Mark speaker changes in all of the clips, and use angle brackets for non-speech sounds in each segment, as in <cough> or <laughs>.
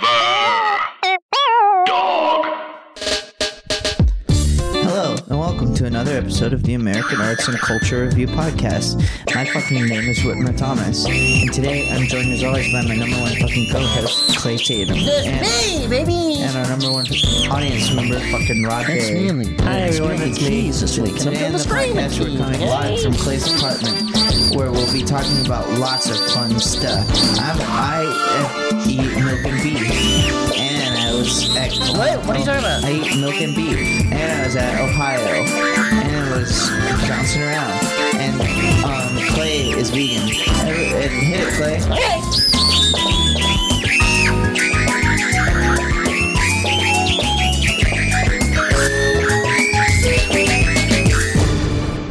Speaker 1: Forever. Dog.
Speaker 2: Hello, and welcome to another episode of the American Arts and Culture Review Podcast. My fucking name is Whitmer Thomas, and today I'm joined as always by my number one fucking co host, Clay Tatum. And,
Speaker 3: Hey, baby!
Speaker 2: and our number one audience member, fucking Rod Berry.
Speaker 3: Hi, everyone. It's me. This week.
Speaker 2: Today on the podcast, we're coming live from Clay's apartment, where we'll be talking about lots of fun stuff. I'm, I uh, eat milk and beef, and I was at
Speaker 3: What? What are you talking about?
Speaker 2: I eat milk and beef, and I was at Ohio, and I was bouncing around, and um, Clay is vegan. Every- And hit it, Clay.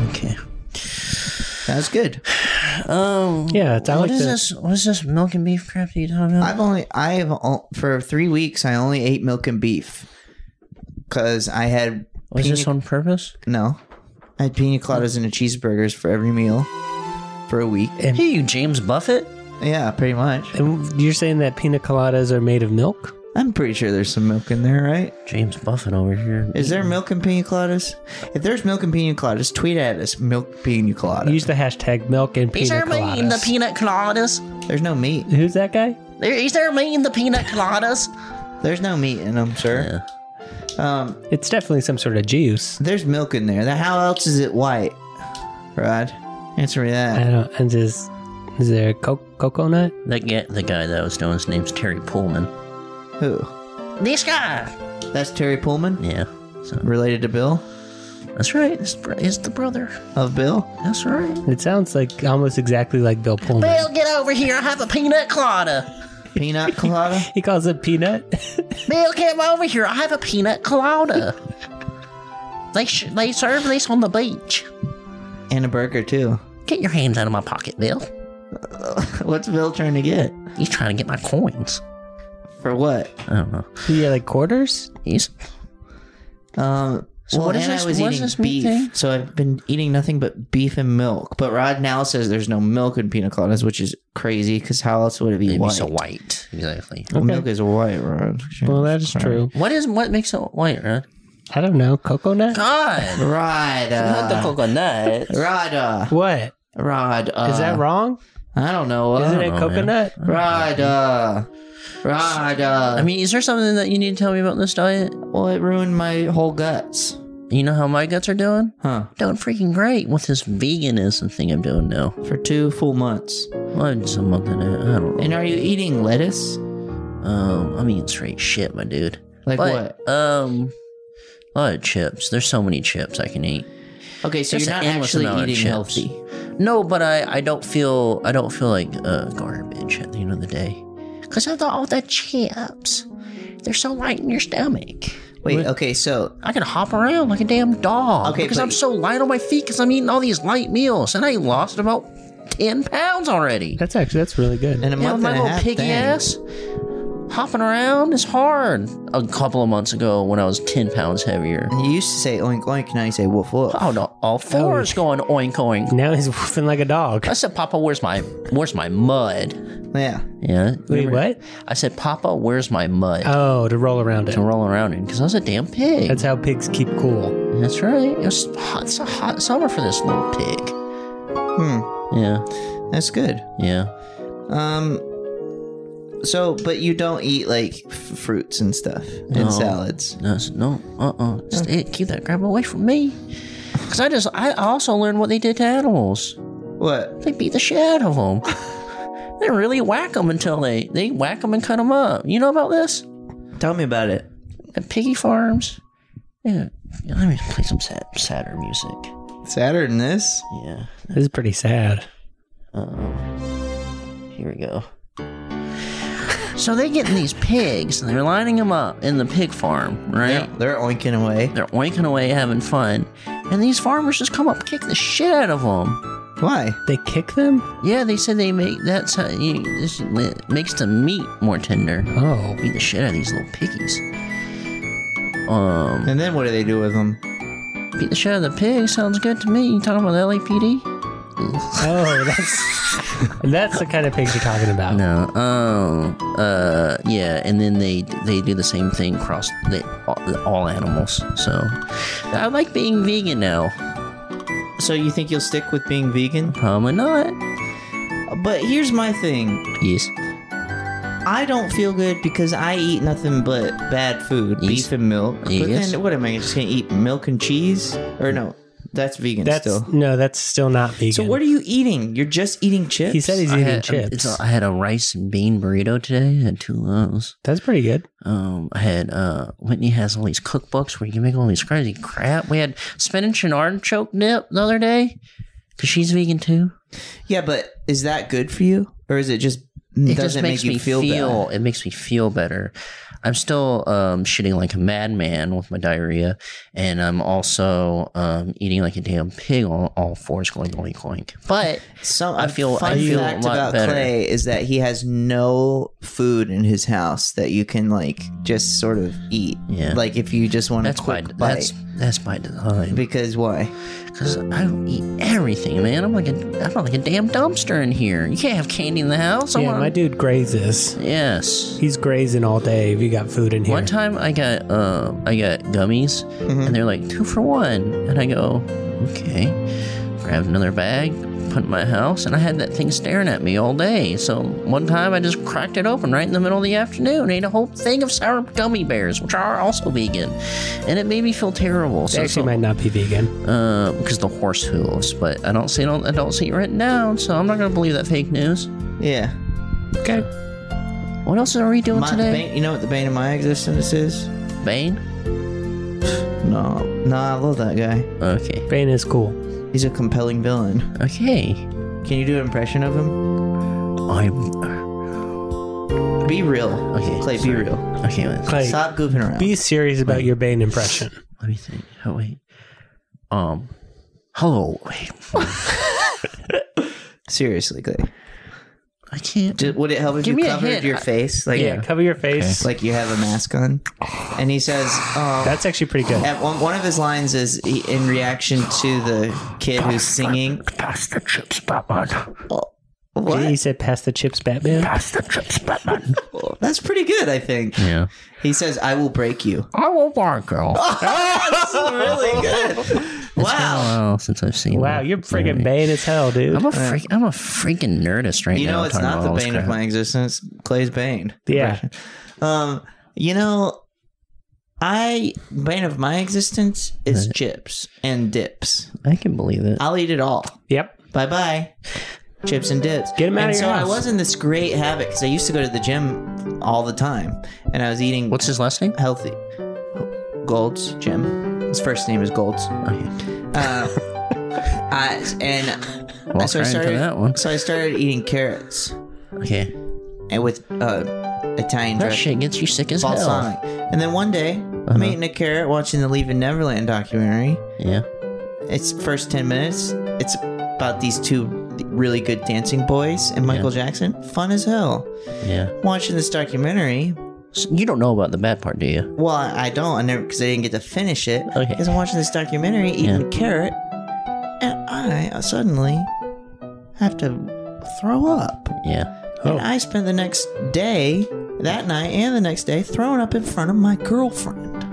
Speaker 3: Okay.
Speaker 2: That was good.
Speaker 3: Um.
Speaker 4: Yeah, it's- I
Speaker 3: What
Speaker 4: like
Speaker 3: is
Speaker 4: the-
Speaker 3: this? What is this milk and beef crap that you talking about?
Speaker 2: I've only I've o- for three weeks I only ate milk and beef because I had
Speaker 3: Was
Speaker 2: pina-
Speaker 3: this on purpose?
Speaker 2: no I had pina coladas and a cheeseburgers for every meal for a week.
Speaker 4: And-
Speaker 3: Hey, you James Buffett.
Speaker 2: Yeah, pretty much.
Speaker 4: And you're saying that pina coladas are made of milk?
Speaker 2: I'm pretty sure there's some milk in there, right?
Speaker 3: James Buffett over here.
Speaker 2: Is there milk in pina coladas? If there's milk in pina coladas, tweet at us milk pina colada.
Speaker 4: Use the hashtag milk and
Speaker 3: Is there
Speaker 4: pina
Speaker 3: meat in the
Speaker 4: coladas.
Speaker 3: peanut coladas?
Speaker 2: there's no meat.
Speaker 4: Who's that guy?
Speaker 3: There is there meat in the peanut coladas?
Speaker 2: There's no meat in them, sir. Um,
Speaker 4: It's definitely some sort of juice.
Speaker 2: there's milk in there. Then How else is it white? Rod, answer me
Speaker 4: I
Speaker 2: that.
Speaker 4: don't. And is is there co- coconut?
Speaker 3: That guy, the guy that was doing his name's Terry Pullman.
Speaker 2: Who?
Speaker 3: This guy.
Speaker 2: That's Terry Pullman,
Speaker 3: Yeah. So
Speaker 2: related to Bill
Speaker 3: that's right. It's, br- it's the brother.
Speaker 2: of Bill.
Speaker 3: That's right.
Speaker 4: It sounds like almost exactly like Bill Pullman.
Speaker 3: Bill, get over here. I have a peanut colada. <laughs>
Speaker 2: Peanut colada.
Speaker 4: He calls it peanut. <laughs>
Speaker 3: Bill, come over here. I have a peanut colada. <laughs> they sh- they serve this on the beach.
Speaker 2: and a burger too. <laughs>
Speaker 3: Get your hands out of my pocket, Bill.
Speaker 2: What's Bill trying to get?
Speaker 3: He's trying to get my coins.
Speaker 2: For what?
Speaker 3: I don't know.
Speaker 4: yeah, like quarters.
Speaker 3: He's
Speaker 2: Um.
Speaker 3: So
Speaker 2: well,
Speaker 3: what is
Speaker 2: and
Speaker 3: this-
Speaker 2: I was
Speaker 3: what is
Speaker 2: eating
Speaker 3: this meat
Speaker 2: beef,
Speaker 3: thing?
Speaker 2: so I've been eating nothing but beef and milk. But Rod now says there's no milk in pina coladas, which is crazy because how else would it be
Speaker 3: It'd
Speaker 2: white?
Speaker 3: be so white. Exactly.
Speaker 2: Well, Milk is white, Rod.
Speaker 4: Well, that is true.
Speaker 3: What is what makes it white, huh?
Speaker 4: I don't know. Coconut.
Speaker 3: God.
Speaker 2: Rod.
Speaker 3: Not the
Speaker 2: Uh,
Speaker 3: coconut.
Speaker 2: Rod. Uh,
Speaker 4: What
Speaker 2: Rod. Uh,
Speaker 4: is that wrong?
Speaker 2: I don't know.
Speaker 4: Isn't
Speaker 2: Uh,
Speaker 4: it
Speaker 3: know,
Speaker 4: coconut?
Speaker 2: Rod. Uh, Rod. Uh,
Speaker 3: I mean, is there something that you need to tell me about this diet?
Speaker 2: well, it ruined my whole guts.
Speaker 3: You know how my guts are doing?
Speaker 2: Huh.
Speaker 3: Doing freaking great with this veganism thing I'm doing now.
Speaker 2: For two full months.
Speaker 3: Well, it's a month and a I don't know.
Speaker 2: And are you eating lettuce?
Speaker 3: Um, I'm eating straight shit, my dude.
Speaker 2: Like
Speaker 3: But, Um, a lot of chips. There's so many chips I can eat.
Speaker 2: what? Okay, so
Speaker 3: There's
Speaker 2: you're not
Speaker 3: an endless
Speaker 2: actually
Speaker 3: amount of
Speaker 2: eating
Speaker 3: chips.
Speaker 2: healthy.
Speaker 3: No, but I, I don't feel I don't feel like uh, garbage at the end of the day, because of the, all the chips, they're so light in your stomach.
Speaker 2: Wait, okay, so
Speaker 3: I can hop around like a damn dog
Speaker 2: Okay,
Speaker 3: because
Speaker 2: but-
Speaker 3: I'm so light on my feet because I'm eating all these light meals and I lost about ten pounds already.
Speaker 4: That's actually that's really good.
Speaker 2: in a
Speaker 3: You know,
Speaker 2: month
Speaker 3: my
Speaker 2: and a
Speaker 3: little
Speaker 2: half,
Speaker 3: piggy
Speaker 2: dang.
Speaker 3: ass hopping around is hard. A couple of months ago, when I was ten pounds heavier,
Speaker 2: You used to say oink oink, now you say woof woof.
Speaker 3: oh no, all fours going oink oink.
Speaker 4: Now he's <laughs> woofing like a dog.
Speaker 3: I said, Papa, where's my where's my mud?
Speaker 2: Yeah.
Speaker 3: Yeah.
Speaker 4: Wait, what?
Speaker 3: I said, Papa, where's my mud?
Speaker 4: Oh, to roll around it.
Speaker 3: to roll around in because I was a damn pig.
Speaker 4: That's
Speaker 3: That's,
Speaker 4: how pigs keep cool.
Speaker 3: right. It was hot. It's a hot summer for this little pig.
Speaker 2: Hmm.
Speaker 3: Yeah.
Speaker 2: That's good.
Speaker 3: Yeah.
Speaker 2: Um so but you don't eat like f- fruits and stuff
Speaker 3: No.
Speaker 2: and salads.
Speaker 3: No. it's- No. Uh. Uh. Just eh, keep that crap away from me. Because I just I also learned what they did to animals.
Speaker 2: What?
Speaker 3: They beat the shit out of them. they really whack them until they they whack them and cut them up. You know about this?
Speaker 2: Tell me about it.
Speaker 3: At piggy farms. Yeah. Let me play some sad, sadder music.
Speaker 2: Sadder than this?
Speaker 3: Yeah.
Speaker 4: This is pretty sad.
Speaker 3: Um, here we go. So they get these pigs, and they're lining them up in the pig farm, right?
Speaker 2: They're oinking away.
Speaker 3: They're oinking away, having fun, and these farmers just come up, kick the shit out of them.
Speaker 2: Why?
Speaker 4: They kick them?
Speaker 3: Yeah, they said they make that's how you, this makes the meat more tender.
Speaker 4: Oh.
Speaker 3: Beat the shit out of these little piggies. Um,
Speaker 2: And then what do they do with them?
Speaker 3: beat the shit out of the pig sounds good to me. You talking about the LAPD?
Speaker 4: Oh, that's that's the kind of pigs you're talking about.
Speaker 3: No. Oh. Uh. Yeah. And then they they do the same thing across the, all, all animals. So I like being vegan now.
Speaker 2: So you think you'll stick with being vegan?
Speaker 3: Probably not.
Speaker 2: But here's my thing.
Speaker 3: Yes.
Speaker 2: I don't feel good because I eat nothing but bad food,
Speaker 3: Yes.
Speaker 2: beef and milk. But
Speaker 3: Yes.
Speaker 2: then what am I just gonna eat? Milk and cheese? Or no, that's vegan
Speaker 4: that's
Speaker 2: still.
Speaker 4: no, that's still not vegan.
Speaker 2: So what are you eating? You're just eating chips.
Speaker 4: he said he's
Speaker 3: I
Speaker 4: eating
Speaker 2: um,
Speaker 3: had,
Speaker 4: chips.
Speaker 3: it's- I had a rice and bean burrito today. I had two of those.
Speaker 4: that's pretty good.
Speaker 3: Um, I had uh, Whitney has all these cookbooks where you can make all these crazy crap. We had spinach and artichoke dip the other day because she's vegan too.
Speaker 2: Yeah, but is that good for you, or is it just doesn't make you feel, bad?
Speaker 3: it makes me feel better i'm still um, shitting like a madman with my diarrhea and i'm also um, eating like a damn pig on all fours going oink oink but
Speaker 2: Some
Speaker 3: I
Speaker 2: a
Speaker 3: feel-
Speaker 2: Fun
Speaker 3: I feel a
Speaker 2: fact
Speaker 3: lot
Speaker 2: about
Speaker 3: better.
Speaker 2: Clay is that he has no food in his house that you can like just sort of eat.
Speaker 3: Yeah.
Speaker 2: Like if you just want a
Speaker 3: that's by
Speaker 2: quick bite.
Speaker 3: that's that's by design
Speaker 2: because why?
Speaker 3: because I don't eat everything, man. I'm like a I'm like a damn dumpster in here. You can't have candy in the house. I
Speaker 4: yeah,
Speaker 3: want-
Speaker 4: my dude grazes.
Speaker 3: yes.
Speaker 4: He's grazing all day. If you got food in here,
Speaker 3: One time I got uh, I got gummies and they're like two for one and I go okay grabbed another bag put it in my house and I had that thing staring at me all day so one time I just cracked it open right in the middle of the afternoon ate a whole thing of sour gummy bears which are also vegan and it made me feel terrible
Speaker 4: They
Speaker 3: so,
Speaker 4: actually
Speaker 3: so
Speaker 4: might not be vegan.
Speaker 3: uh, because the horse hooves but I don't see it on, I don't see it written down so I'm not gonna believe that fake news
Speaker 2: Yeah.
Speaker 4: Okay,
Speaker 3: what else are we doing
Speaker 2: My,
Speaker 3: today
Speaker 2: bane, you know what the bane of my existence is?
Speaker 3: Bane
Speaker 2: No, no, I love that guy.
Speaker 3: okay
Speaker 4: Bane is cool.
Speaker 2: He's a compelling villain.
Speaker 3: okay
Speaker 2: Can you do an impression of him?
Speaker 3: I'm
Speaker 2: Be real,
Speaker 3: Okay,
Speaker 2: Clay. Be real.
Speaker 3: okay let's-
Speaker 4: Clay,
Speaker 2: Stop goofing around.
Speaker 4: be serious about your Bane impression.
Speaker 3: let me think. Oh wait. Um. Hello. Wait.
Speaker 2: Seriously, Clay.
Speaker 3: I can't.
Speaker 2: Ju- would it help if
Speaker 3: Give
Speaker 2: you
Speaker 3: me a
Speaker 2: covered
Speaker 3: hint.
Speaker 2: your
Speaker 3: I-
Speaker 2: face, like
Speaker 4: Yeah, cover your face.
Speaker 2: like you have a mask on? And he says, um,
Speaker 4: That's actually pretty good.
Speaker 2: at one, one of his lines is he, in reaction to the kid who's singing.
Speaker 3: Pass the chips, Batman.
Speaker 4: He
Speaker 2: What?
Speaker 4: said, "Pass the chips, Batman."
Speaker 3: Pass the chips, Batman.
Speaker 2: That's pretty good, I think.
Speaker 3: Yeah.
Speaker 2: He says, "I will break you."
Speaker 3: I will bark,
Speaker 2: <laughs>
Speaker 3: girl.
Speaker 2: That's really good.
Speaker 3: Oh,
Speaker 2: Wow.
Speaker 3: well, since I've seen.
Speaker 4: Wow,
Speaker 3: that
Speaker 4: you're
Speaker 3: movie.
Speaker 4: freaking Bane as hell, dude.
Speaker 3: I'm a freak. I'm a freaking nerdist right
Speaker 2: You
Speaker 3: now.
Speaker 2: know, it's
Speaker 3: talking
Speaker 2: not
Speaker 3: about
Speaker 2: the
Speaker 3: all this
Speaker 2: bane of
Speaker 3: crap.
Speaker 2: my existence. Clay's bane.
Speaker 4: Yeah.
Speaker 2: Um, you know, I bane of my existence is chips and dips.
Speaker 3: I can believe it.
Speaker 2: I'll eat it all.
Speaker 4: Yep.
Speaker 2: Bye bye. Chips and dips.
Speaker 4: Get 'em outta
Speaker 2: and
Speaker 4: your
Speaker 2: so I
Speaker 4: house.
Speaker 2: was in this great habit because I used to go to the gym all the time, and I was eating
Speaker 3: What's his last name?
Speaker 2: healthy. Gold's gym. His first name is Gold's.
Speaker 4: Oh,
Speaker 3: Okay.
Speaker 2: Uh, I, and
Speaker 3: Well,
Speaker 2: so I
Speaker 3: trying
Speaker 2: started.
Speaker 3: to that one.
Speaker 2: So I started eating carrots
Speaker 3: Okay.
Speaker 2: and with uh, Italian
Speaker 3: That
Speaker 2: dressing,
Speaker 3: shit gets you sick as hell.
Speaker 2: balsamic. And then one day, I'm eating a carrot, watching the Leaving Neverland documentary.
Speaker 3: Yeah.
Speaker 2: It's first ten minutes. It's about these two really good dancing boys and Michael Jackson. Fun as hell.
Speaker 3: Yeah.
Speaker 2: Watching this documentary.
Speaker 3: So you don't know about the bad part, do you?
Speaker 2: Well, I I don't. I never because I didn't get to finish it.
Speaker 3: Okay.
Speaker 2: Because I'm watching this documentary, eating a carrot, and I suddenly have to throw up.
Speaker 3: Yeah.
Speaker 4: Oh.
Speaker 2: And I spent the next day, that night, and the next day throwing up in front of my girlfriend.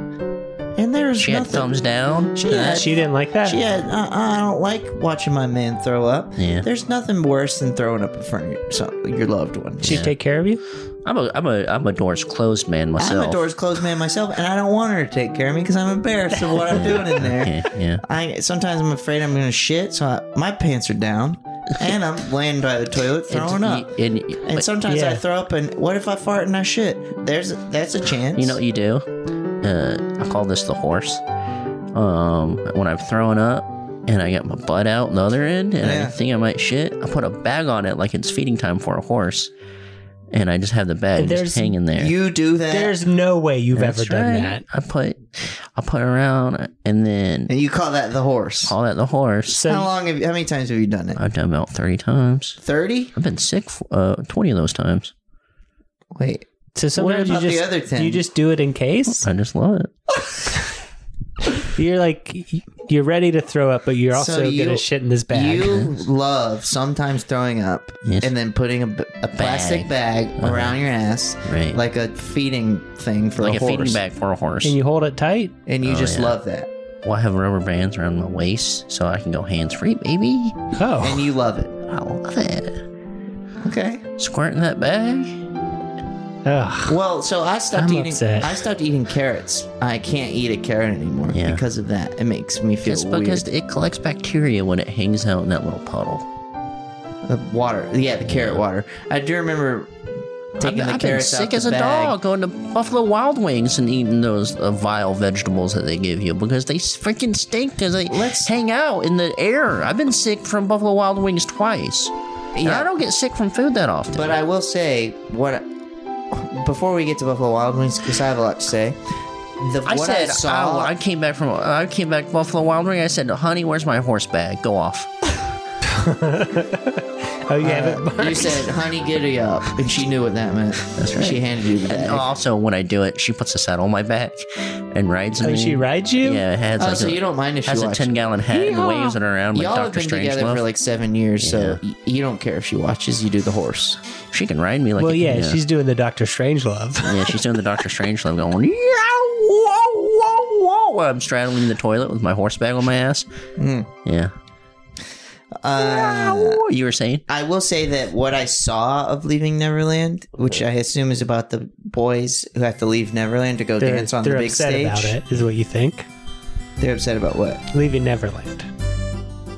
Speaker 2: And there was
Speaker 3: She had
Speaker 2: nothing.
Speaker 3: thumbs down.
Speaker 2: she had.
Speaker 4: She didn't like that.
Speaker 2: she had, uh, I don't like watching my man throw up.
Speaker 3: Yeah.
Speaker 2: There's nothing worse than throwing up in front of your, so, your loved one.
Speaker 4: Did she take care of you?
Speaker 3: I'm a I'm a I'm a doors closed man myself.
Speaker 2: I'm a doors closed man myself, and I don't want her to take care of me because I'm embarrassed of what
Speaker 3: <laughs>
Speaker 2: I'm doing in there.
Speaker 3: Okay, yeah.
Speaker 2: I sometimes I'm afraid I'm gonna shit, so I, my pants are down, and I'm laying by the toilet <laughs> throwing up.
Speaker 3: You, and, you-
Speaker 2: And
Speaker 3: but
Speaker 2: sometimes
Speaker 4: yeah.
Speaker 2: I throw up, and what if I fart and I shit? There's that's a chance.
Speaker 3: you know what you do? Uh, I call this the horse. Um, when I'm throwing up and I got my butt out on the other end and
Speaker 2: Yeah.
Speaker 3: I think I might shit, I put a bag on it like it's feeding time for a horse, and I just have the bag
Speaker 4: There's-
Speaker 3: just hanging there.
Speaker 2: you do that,
Speaker 4: There's no way you've
Speaker 3: That's
Speaker 4: ever done
Speaker 3: right.
Speaker 4: that.
Speaker 3: I put I put around and then
Speaker 2: and you call that the horse.
Speaker 3: call that the horse.
Speaker 2: how
Speaker 4: So
Speaker 2: long have you, how many times have you done it?
Speaker 3: I've done about thirty times.
Speaker 2: Thirty.
Speaker 3: I've been sick f- uh, twenty of those times.
Speaker 2: Wait,
Speaker 4: So sometimes you
Speaker 2: about the
Speaker 4: just
Speaker 2: other
Speaker 4: you
Speaker 2: 10?
Speaker 4: just do it in case.
Speaker 3: I just love it.
Speaker 4: You're like y- you're ready to throw up, but you're also
Speaker 2: you-
Speaker 4: gonna shit in this bag.
Speaker 2: You love sometimes throwing up
Speaker 3: Yes. Uh-huh.
Speaker 2: and then putting a, b- a plastic bag around your ass,
Speaker 3: Right.
Speaker 2: like a feeding thing for
Speaker 3: like
Speaker 2: a
Speaker 3: a
Speaker 2: horse,
Speaker 3: feeding bag for a horse.
Speaker 4: and you hold it tight.
Speaker 2: and you just
Speaker 3: yeah.
Speaker 2: love that,
Speaker 3: well, I have rubber bands around my waist so I can go hands free, baby.
Speaker 4: Oh,
Speaker 2: and you love it.
Speaker 3: I love it.
Speaker 2: Okay.
Speaker 3: Squirting that bag.
Speaker 4: Ugh.
Speaker 2: Well, so I stopped
Speaker 4: I'm
Speaker 2: eating.
Speaker 4: upset.
Speaker 2: I stopped eating carrots. I can't eat a carrot anymore
Speaker 3: Yeah.
Speaker 2: because of that. It makes me feel
Speaker 3: It's
Speaker 2: weird.
Speaker 3: because it collects bacteria when it hangs out in that little puddle.
Speaker 2: The water. Yeah, the carrot water. I do remember taking
Speaker 3: I've,
Speaker 2: the
Speaker 3: I've been
Speaker 2: carrots out
Speaker 3: sick
Speaker 2: the
Speaker 3: as a
Speaker 2: bag.
Speaker 3: dog going to Buffalo Wild Wings and eating those uh, vile vegetables that they give you because they freaking stink because they
Speaker 2: Let's-
Speaker 3: hang out in the air. I've been sick from Buffalo Wild Wings twice. And
Speaker 2: Yeah.
Speaker 3: I don't get sick from food that often.
Speaker 2: But I will say what before we get to Buffalo Wild Wings because I have a lot to say. The,
Speaker 3: I
Speaker 2: what
Speaker 3: said,
Speaker 2: I
Speaker 3: I,
Speaker 2: saw,
Speaker 3: oh, I came back from I came back to Buffalo Wild Wing. I said, honey, where's my horse bag? Go
Speaker 2: <laughs>
Speaker 3: off.
Speaker 4: Oh, you haven't. <laughs>
Speaker 2: you said, "Honey, giddy up," and she knew what that meant. That's right. She handed you the bag. Oh,
Speaker 3: And also, when I do it, she puts a saddle on my back and rides me.
Speaker 4: Oh, she rides you?
Speaker 3: Yeah, it has
Speaker 2: Oh,
Speaker 3: like
Speaker 2: so
Speaker 3: a,
Speaker 2: you don't mind if she
Speaker 3: has a
Speaker 2: watches.
Speaker 3: ten gallon head and waves it around like
Speaker 2: Y'all have
Speaker 3: Doctor
Speaker 2: been
Speaker 3: Strange
Speaker 2: together
Speaker 3: love.
Speaker 2: for like seven years, so y- you don't care if she watches. You do the horse.
Speaker 3: she can ride me like.
Speaker 4: Well,
Speaker 3: a-
Speaker 4: yeah, she's doing the Doctor Strange love.
Speaker 2: <laughs>
Speaker 3: yeah, she's doing the Doctor Strange love, going yeah, whoa, whoa, whoa. I'm straddling the toilet with my horse bag on my ass.
Speaker 4: Mm-hmm.
Speaker 3: Yeah.
Speaker 4: Ah,
Speaker 3: Ow, you were saying?
Speaker 2: I will say that what I saw of Leaving Neverland, which I assume is about the boys who have to leave Neverland to go
Speaker 4: They're,
Speaker 2: dance on the
Speaker 4: they're
Speaker 2: big
Speaker 4: upset
Speaker 2: stage.
Speaker 4: about it, is what you think?
Speaker 2: They're upset about what?
Speaker 4: Leaving Neverland.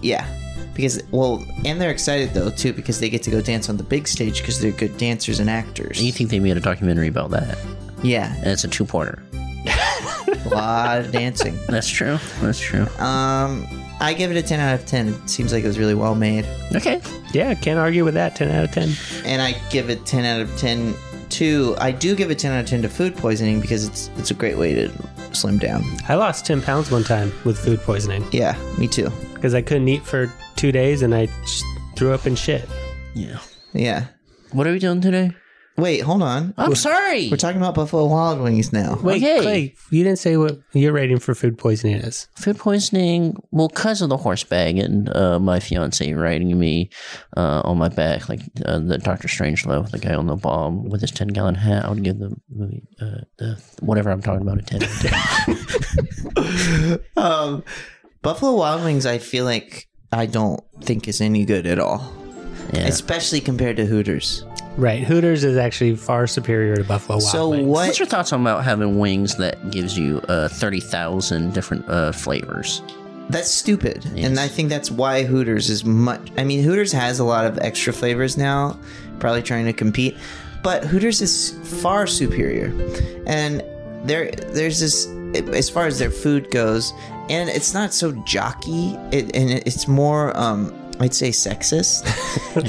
Speaker 2: Yeah. Because well, and they're excited though too because they get to go dance on the big stage because they're good dancers and actors.
Speaker 3: You think they made a documentary about that?
Speaker 2: Yeah,
Speaker 3: And it's a two-parter.
Speaker 2: a lot of dancing.
Speaker 3: That's true. That's true.
Speaker 2: Um, I give it a ten out of ten. It seems like it was really well made,
Speaker 3: Okay.
Speaker 4: Yeah, can't argue with that. 10 out of 10.
Speaker 2: and I give it ten out of ten to. I do give it ten out of ten to food poisoning because it's it's a great way to slim down.
Speaker 4: I lost 10 pounds one time with food poisoning
Speaker 2: Yeah, me too.
Speaker 4: because I couldn't eat for two days and I just threw up and shit.
Speaker 3: Yeah.
Speaker 2: Yeah.
Speaker 3: What are we doing today?
Speaker 2: Wait, hold on.
Speaker 3: I'm sorry.
Speaker 2: We're talking about Buffalo Wild Wings now.
Speaker 4: Wait,
Speaker 3: Okay.
Speaker 4: Clay, you didn't say what your rating for food poisoning is.
Speaker 3: food poisoning well because of the horse bag and uh, my fiance riding me uh, on my back like uh, the dr strangelove the guy on the bomb with his 10 gallon hat i would give the movie uh, the, whatever i'm talking about
Speaker 2: <laughs>
Speaker 3: a 10
Speaker 2: Um, Buffalo Wild Wings, I feel like I don't think is any good at all,
Speaker 3: yeah.
Speaker 2: especially compared to Hooters.
Speaker 4: Right. Hooters is actually far superior to Buffalo Wild
Speaker 2: so
Speaker 4: Wings.
Speaker 2: what?
Speaker 3: what's your thoughts on about having wings that gives you uh, 30000 different uh, flavors
Speaker 2: that's stupid, and I think that's why Hooters is much. I mean, Hooters has a lot of extra flavors now, probably trying to compete, but Hooters is far superior, and there there's this as far as their food goes, and it's not so jockey, it, and it's more um, I'd say sexist.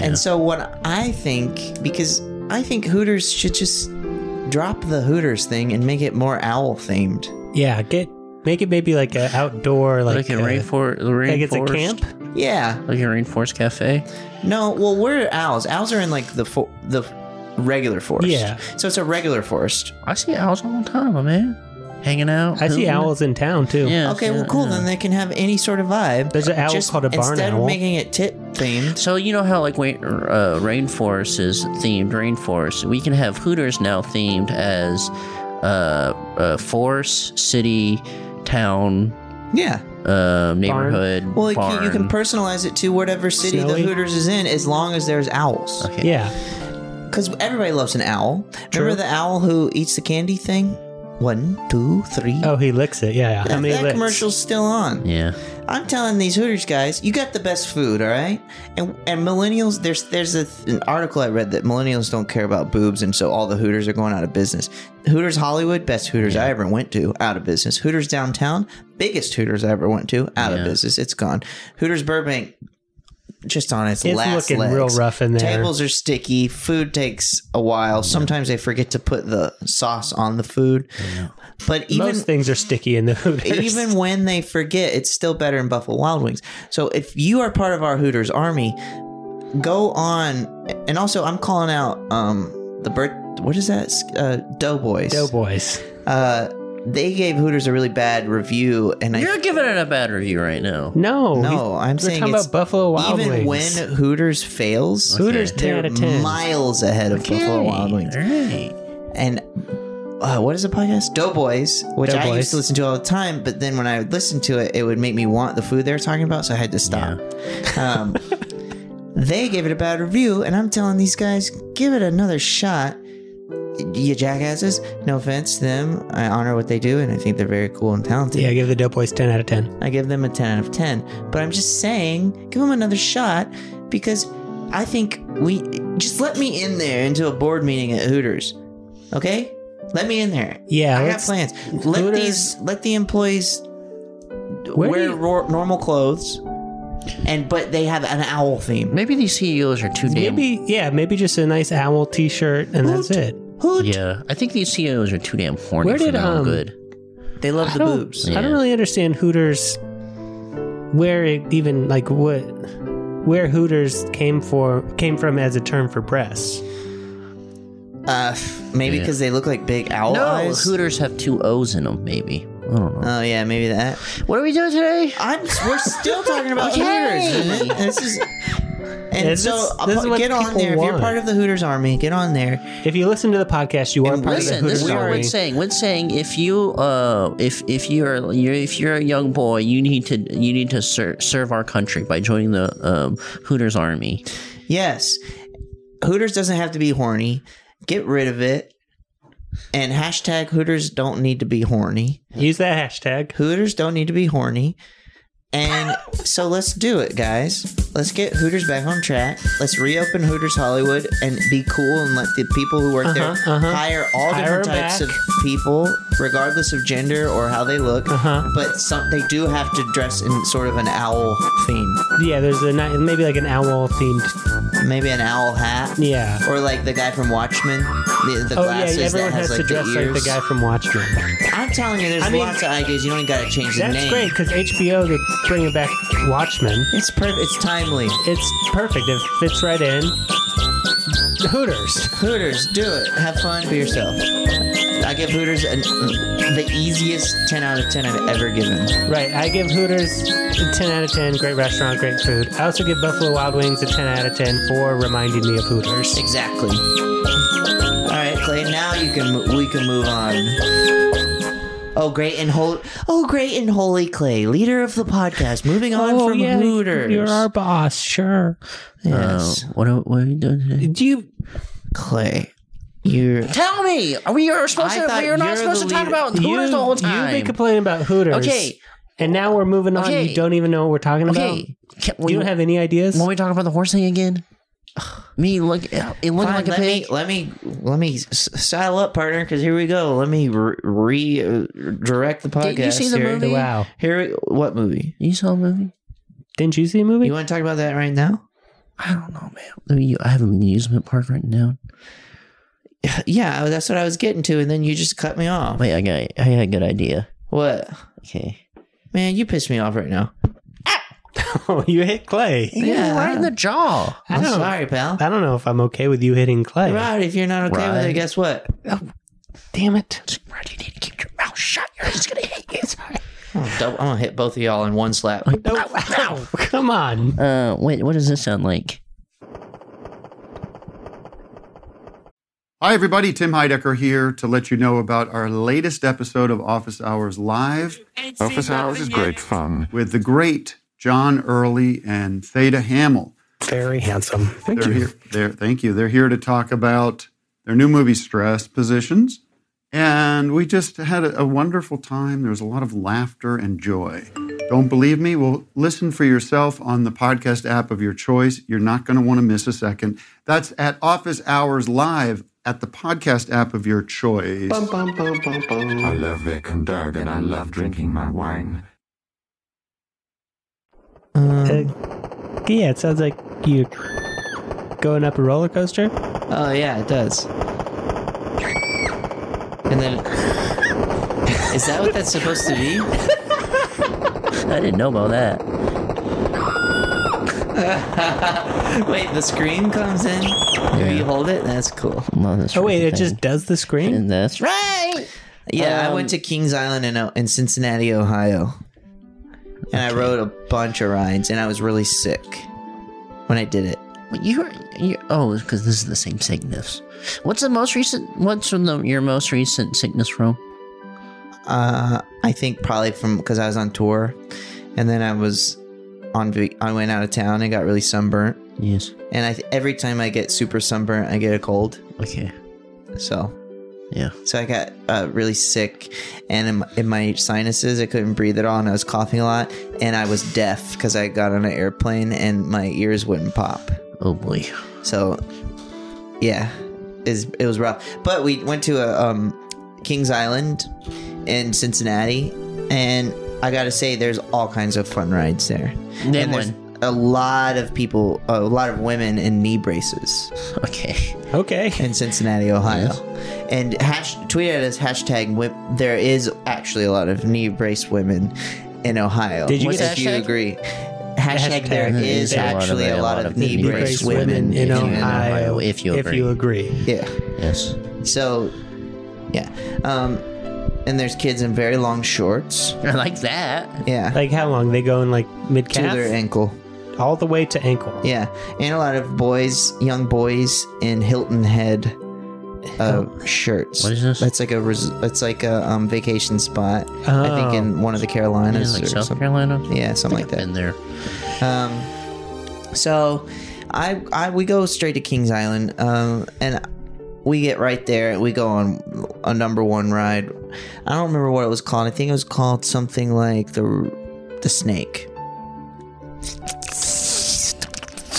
Speaker 2: And so what I think because I think Hooters should just drop the Hooters thing and make it more owl themed.
Speaker 4: Yeah, get make it maybe like an outdoor like,
Speaker 3: like, a
Speaker 4: uh,
Speaker 3: rainforest
Speaker 4: like it's a
Speaker 3: rainforest-
Speaker 4: camp.
Speaker 2: Yeah.
Speaker 3: like a rainforest cafe
Speaker 2: No, well we're owls. Owls are in like the fo- the regular forest.
Speaker 4: Yeah.
Speaker 2: So it's a regular forest.
Speaker 3: i see owls all the time my man hanging out
Speaker 4: I see
Speaker 3: hooting.
Speaker 4: owls in town too.
Speaker 3: yeah,
Speaker 2: Okay,
Speaker 3: yeah,
Speaker 2: well cool,
Speaker 3: yeah.
Speaker 2: then they can have any sort of vibe.
Speaker 4: There's an owl
Speaker 2: Just
Speaker 4: called a barn
Speaker 2: instead
Speaker 4: owl.
Speaker 2: of making it tit themed.
Speaker 3: So you know how like wait, uh, rainforest is themed rainforest. We can have Hooters now themed as uh, uh, forest, city, town,
Speaker 2: Yeah.
Speaker 3: uh, neighborhood.
Speaker 2: Well, like, you- you can
Speaker 3: barn.
Speaker 2: personalize it to whatever city
Speaker 4: Snowy?
Speaker 2: the Hooters is in as long as there's owls.
Speaker 3: Okay.
Speaker 4: Yeah.
Speaker 2: Because everybody loves an owl. Remember the owl who eats the candy thing? One, two, three.
Speaker 4: Oh, he licks it. Yeah. yeah. How
Speaker 2: That,
Speaker 4: many
Speaker 2: that
Speaker 4: licks?
Speaker 2: commercial's still on.
Speaker 3: Yeah.
Speaker 2: I'm telling these Hooters guys, you got the best food, all right? And and millennials, there's there's a, an article I read that millennials don't care about boobs, and so all the Hooters are going out of business. Hooters Hollywood, best Hooters I ever went to, out of business. Hooters downtown, biggest Hooters I ever went to, out of
Speaker 3: Yeah.
Speaker 2: business. It's gone. Hooters Burbank, just on its,
Speaker 4: It's
Speaker 2: last
Speaker 4: looking
Speaker 2: legs.
Speaker 4: real rough in there.
Speaker 2: Tables are sticky. Food takes a while. Sometimes they forget to put the sauce on the food. But even
Speaker 4: Most things are sticky in the <laughs> Hooters.
Speaker 2: even when they forget, it's still better than Buffalo Wild Wings. So if you are part of our Hooters army, go on. And also, I'm calling out um, the birth. What is that? Uh, Doughboys.
Speaker 4: Doughboys.
Speaker 2: Uh,
Speaker 5: they gave Hooters a really bad review, and I
Speaker 3: You're giving it a bad review right now.
Speaker 4: No, he's-
Speaker 5: no, I'm
Speaker 4: we're
Speaker 5: saying
Speaker 4: talking
Speaker 5: it's
Speaker 4: about Buffalo Wild
Speaker 5: even
Speaker 4: Wings.
Speaker 5: when Hooters fails,
Speaker 4: Hooters
Speaker 3: Okay.
Speaker 4: ten out
Speaker 5: they're
Speaker 4: of ten.
Speaker 5: miles ahead of Buffalo Wild Wings.
Speaker 3: All right.
Speaker 5: And uh, what is the podcast? Doughboys, which I used
Speaker 4: Doughboys.
Speaker 5: to listen to all the time, but then when I would listen to it, it would make me want the food they were talking about, so I had to stop. Um, they gave it a bad review, and I'm telling these guys, give it another shot. You jackasses. No offense to them. I honor what they do, and I think they're very cool and talented.
Speaker 4: yeah, give the Doughboys ten out of ten.
Speaker 5: I give them a 10 out of 10. But I'm just saying, give them another shot because I think we just let me in there into a board meeting at Hooters. Okay? Let me in there.
Speaker 4: Yeah,
Speaker 5: I got
Speaker 4: let's-
Speaker 5: plans. Let
Speaker 4: Hooters-
Speaker 5: these let the employees
Speaker 4: Where do
Speaker 5: wear
Speaker 4: you-
Speaker 5: ro- normal clothes and but they have an owl theme.
Speaker 3: Maybe these CEOs are too damn.
Speaker 4: Maybe yeah, maybe just a nice owl T-shirt and that's
Speaker 5: Hoot.
Speaker 4: it.
Speaker 5: Hoot.
Speaker 3: Yeah, I think these CEOs are too damn horny
Speaker 4: Where
Speaker 3: for
Speaker 4: did,
Speaker 3: their own
Speaker 4: um,
Speaker 3: good.
Speaker 5: They love
Speaker 4: I
Speaker 5: the
Speaker 4: don't,
Speaker 5: boobs.
Speaker 4: I
Speaker 3: Yeah.
Speaker 4: don't really understand Hooters where it even like what where Hooters came for came from as a term for breasts.
Speaker 5: Uh, maybe
Speaker 3: Yeah.
Speaker 5: because they look like big owl
Speaker 3: No,
Speaker 5: eyes.
Speaker 3: Hooters have two O's in them. Maybe I don't
Speaker 2: Uh,
Speaker 3: know.
Speaker 5: oh yeah, maybe that.
Speaker 3: what are we doing today?
Speaker 5: I'm, we're still talking about Hooters. isn't it? This is, and
Speaker 4: This
Speaker 5: so uh,
Speaker 4: is- this is what
Speaker 5: get on
Speaker 4: people
Speaker 5: there. If you're
Speaker 4: want.
Speaker 5: part of the Hooters army, get on there.
Speaker 4: If you listen to the podcast, you are
Speaker 5: And
Speaker 4: part
Speaker 3: Listen,
Speaker 4: of the
Speaker 3: this
Speaker 4: Hooters
Speaker 3: is what
Speaker 4: army.
Speaker 3: we're saying. We're saying if you, uh, if if you're, you're if you're a young boy, you need to you need to ser- serve our country by joining the um, Hooters Army.
Speaker 5: Yes, Hooters doesn't have to be horny. Get rid of it. And hashtag Hooters don't need to be horny.
Speaker 4: Use that hashtag.
Speaker 5: Hooters don't need to be horny.
Speaker 4: <laughs>
Speaker 5: And so let's do it, guys. Let's get Hooters back on track. Let's reopen Hooters Hollywood and be cool and let the people who work
Speaker 4: Uh-huh,
Speaker 5: there
Speaker 4: uh-huh.
Speaker 5: hire all
Speaker 4: Hire
Speaker 5: different types
Speaker 4: back.
Speaker 5: of people, regardless of gender or how they look.
Speaker 4: Uh-huh.
Speaker 5: But some they do have to dress in sort of an owl theme.
Speaker 4: Yeah, there's a ni- maybe like an owl themed.
Speaker 5: Maybe an owl hat.
Speaker 4: Yeah.
Speaker 5: Or like the guy from Watchmen, the, the
Speaker 4: Oh yeah,
Speaker 5: glasses
Speaker 4: everyone
Speaker 5: that has,
Speaker 4: has,
Speaker 5: like
Speaker 4: to dress
Speaker 5: the
Speaker 4: like
Speaker 5: ears.
Speaker 4: the guy from Watchmen.
Speaker 5: I'm telling you, there's
Speaker 4: I mean,
Speaker 5: lots of ideas. You don't even gotta change the
Speaker 4: That's
Speaker 5: name.
Speaker 4: great because HBO they're bringing back Watchmen.
Speaker 5: It's perfect. It's timely.
Speaker 4: It's perfect. It fits right in. Hooters. <laughs>
Speaker 5: Hooters, do it. Have fun for yourself. I give Hooters an, the easiest 10 out of 10 I've ever given.
Speaker 4: Right. I give Hooters a 10 out of 10. Great restaurant, great food. I also give Buffalo Wild Wings a 10 out of 10 for reminding me of Hooters.
Speaker 5: Exactly. All right, Clay. Now you can mo- we can move on. Oh great and holy! Oh great and holy Clay, leader of the podcast. Moving on
Speaker 3: Oh,
Speaker 5: from Hooters.
Speaker 4: Oh, You're our boss, sure.
Speaker 5: yes,
Speaker 3: Uh, what, are, what are we doing today?
Speaker 4: Do you
Speaker 5: Clay. You're
Speaker 3: Tell me, are we are supposed
Speaker 5: I
Speaker 3: to?
Speaker 5: thought
Speaker 3: We are
Speaker 5: you're
Speaker 3: not supposed
Speaker 5: the
Speaker 3: to talk
Speaker 5: leader.
Speaker 3: about Hooters the whole time.
Speaker 4: You've been complaining about Hooters.
Speaker 3: Okay.
Speaker 4: And now we're moving on.
Speaker 3: Okay.
Speaker 4: You don't even know what we're talking
Speaker 3: okay, Can-
Speaker 4: about.
Speaker 3: we,
Speaker 4: You don't have any ideas.
Speaker 3: When we talk about the horse thing again, <sighs> Ugh, me look it looking
Speaker 5: Fine,
Speaker 3: like a
Speaker 5: let me
Speaker 3: pig.
Speaker 5: let me let me s- style up, partner. Because here we go. Let me re- redirect the podcast.
Speaker 3: Did you see the
Speaker 5: here.
Speaker 3: movie?
Speaker 4: Wow.
Speaker 5: Here, we, what movie?
Speaker 3: You saw a movie?
Speaker 4: Didn't you see a movie?
Speaker 5: You want to talk about that right now?
Speaker 3: I don't know, man. Let me- I have an amusement park written down.
Speaker 5: Yeah, oh, that's what I was getting to, and then you just cut me off.
Speaker 3: Wait, I got I got a good idea.
Speaker 5: What?
Speaker 3: Okay.
Speaker 5: Man, you pissed me off right now.
Speaker 4: <laughs> Oh, you hit Clay.
Speaker 5: Yeah.
Speaker 3: Yeah, right in the jaw.
Speaker 4: I
Speaker 5: I'm
Speaker 4: don't-
Speaker 5: sorry, pal.
Speaker 4: I don't know if I'm okay with you hitting Clay.
Speaker 5: Rod, if you're not okay with it,
Speaker 3: Right.
Speaker 5: guess what?
Speaker 4: Damn it.
Speaker 3: Right, you need to keep your mouth shut. You're just gonna hit you.
Speaker 5: I'm gonna, double, I'm gonna hit both of y'all in one slap.
Speaker 4: No. Ow. <laughs> Come on.
Speaker 3: Uh, wait, what does this sound like?
Speaker 6: Hi, everybody. Tim Heidecker here to let you know about our latest episode of Office Hours Live
Speaker 1: Office hours is great fun.
Speaker 6: with the great John Early and Theta Hamill.
Speaker 4: Very handsome. Thank
Speaker 6: They're here. They're, thank you. They're here to talk about their new movie, Stress Positions. And we just had a, a wonderful time. There was a lot of laughter and joy. Don't believe me? Well, listen for yourself on the podcast app of your choice. You're not going to want to miss a second. That's at Office Hours Live at the podcast app of your choice.
Speaker 1: I love Vic and Doug and I love drinking my wine.
Speaker 5: Um,
Speaker 4: yeah, it sounds like you going up a roller coaster.
Speaker 5: oh yeah, it does. And then, is that what that's supposed
Speaker 2: <laughs>
Speaker 5: to be?
Speaker 3: I didn't know about that.
Speaker 5: Wait, the screen comes in. You hold it. That's cool.
Speaker 3: Love this
Speaker 4: Oh wait,
Speaker 3: freaking
Speaker 4: it
Speaker 3: thing.
Speaker 4: just does the screen.
Speaker 3: And that's right.
Speaker 5: Yeah, I
Speaker 3: Um,
Speaker 5: went to Kings Island in, O- in Cincinnati, Ohio. And I rode a bunch of rides, and I was really sick when I did it.
Speaker 3: Well, You're, you oh, because this is the same sickness. What's the most recent? What's the, your most recent sickness from?
Speaker 5: Uh, I think probably from because I was on tour, and then I was on. vac- I went out of town and got really sunburnt.
Speaker 3: Yes.
Speaker 5: And I th- every time I get super sunburnt, I get a cold.
Speaker 3: Okay.
Speaker 5: So
Speaker 3: Yeah.
Speaker 5: So I got uh, really sick, and in my, in my sinuses, I couldn't breathe at all, and I was coughing a lot, and I was deaf because I got on an airplane and my ears wouldn't pop.
Speaker 3: Oh boy.
Speaker 5: So, yeah, is it was rough. But we went to a um, Kings Island in Cincinnati, and I gotta say, there's all kinds of fun rides there.
Speaker 3: Name
Speaker 5: And there's
Speaker 3: one.
Speaker 5: a lot of people, a lot of women in knee braces
Speaker 3: Okay.
Speaker 4: Okay.
Speaker 5: in Cincinnati, Ohio. And hash, tweet at us hashtag wi- there is actually a lot of knee brace women in Ohio.
Speaker 4: Did you
Speaker 5: if
Speaker 4: get
Speaker 5: you
Speaker 3: hashtag?
Speaker 5: agree? Hashtag,
Speaker 4: Hashtag
Speaker 5: there
Speaker 4: there
Speaker 3: is
Speaker 5: is
Speaker 3: a lot of-
Speaker 5: actually a lot of knee brace women
Speaker 3: in
Speaker 5: in Ohio.
Speaker 3: Ohio. if you
Speaker 4: If you agree.
Speaker 5: Yeah.
Speaker 3: Yes.
Speaker 5: So, yeah. Um, and there's kids in very long shorts.
Speaker 3: <laughs> I like that.
Speaker 5: Yeah.
Speaker 4: Like how long? They go in like mid
Speaker 5: to their
Speaker 4: calf?
Speaker 5: ankle.
Speaker 4: All the way to ankle.
Speaker 5: Yeah. And a lot of boys, young boys in Hilton Head uh, shirts.
Speaker 3: What is this?
Speaker 5: That's like a res- that's like a um, vacation spot. I think in one of the
Speaker 3: Oh. Yeah,
Speaker 5: Carolinas
Speaker 3: like
Speaker 5: or
Speaker 3: South
Speaker 5: something.
Speaker 3: Carolina.
Speaker 5: Yeah, something like that.
Speaker 3: Been there.
Speaker 5: Um, so, I, I we go straight to Kings Island, um, and we get right there. We go on a number one ride. I don't remember what it was called. I think it was called something like the the snake.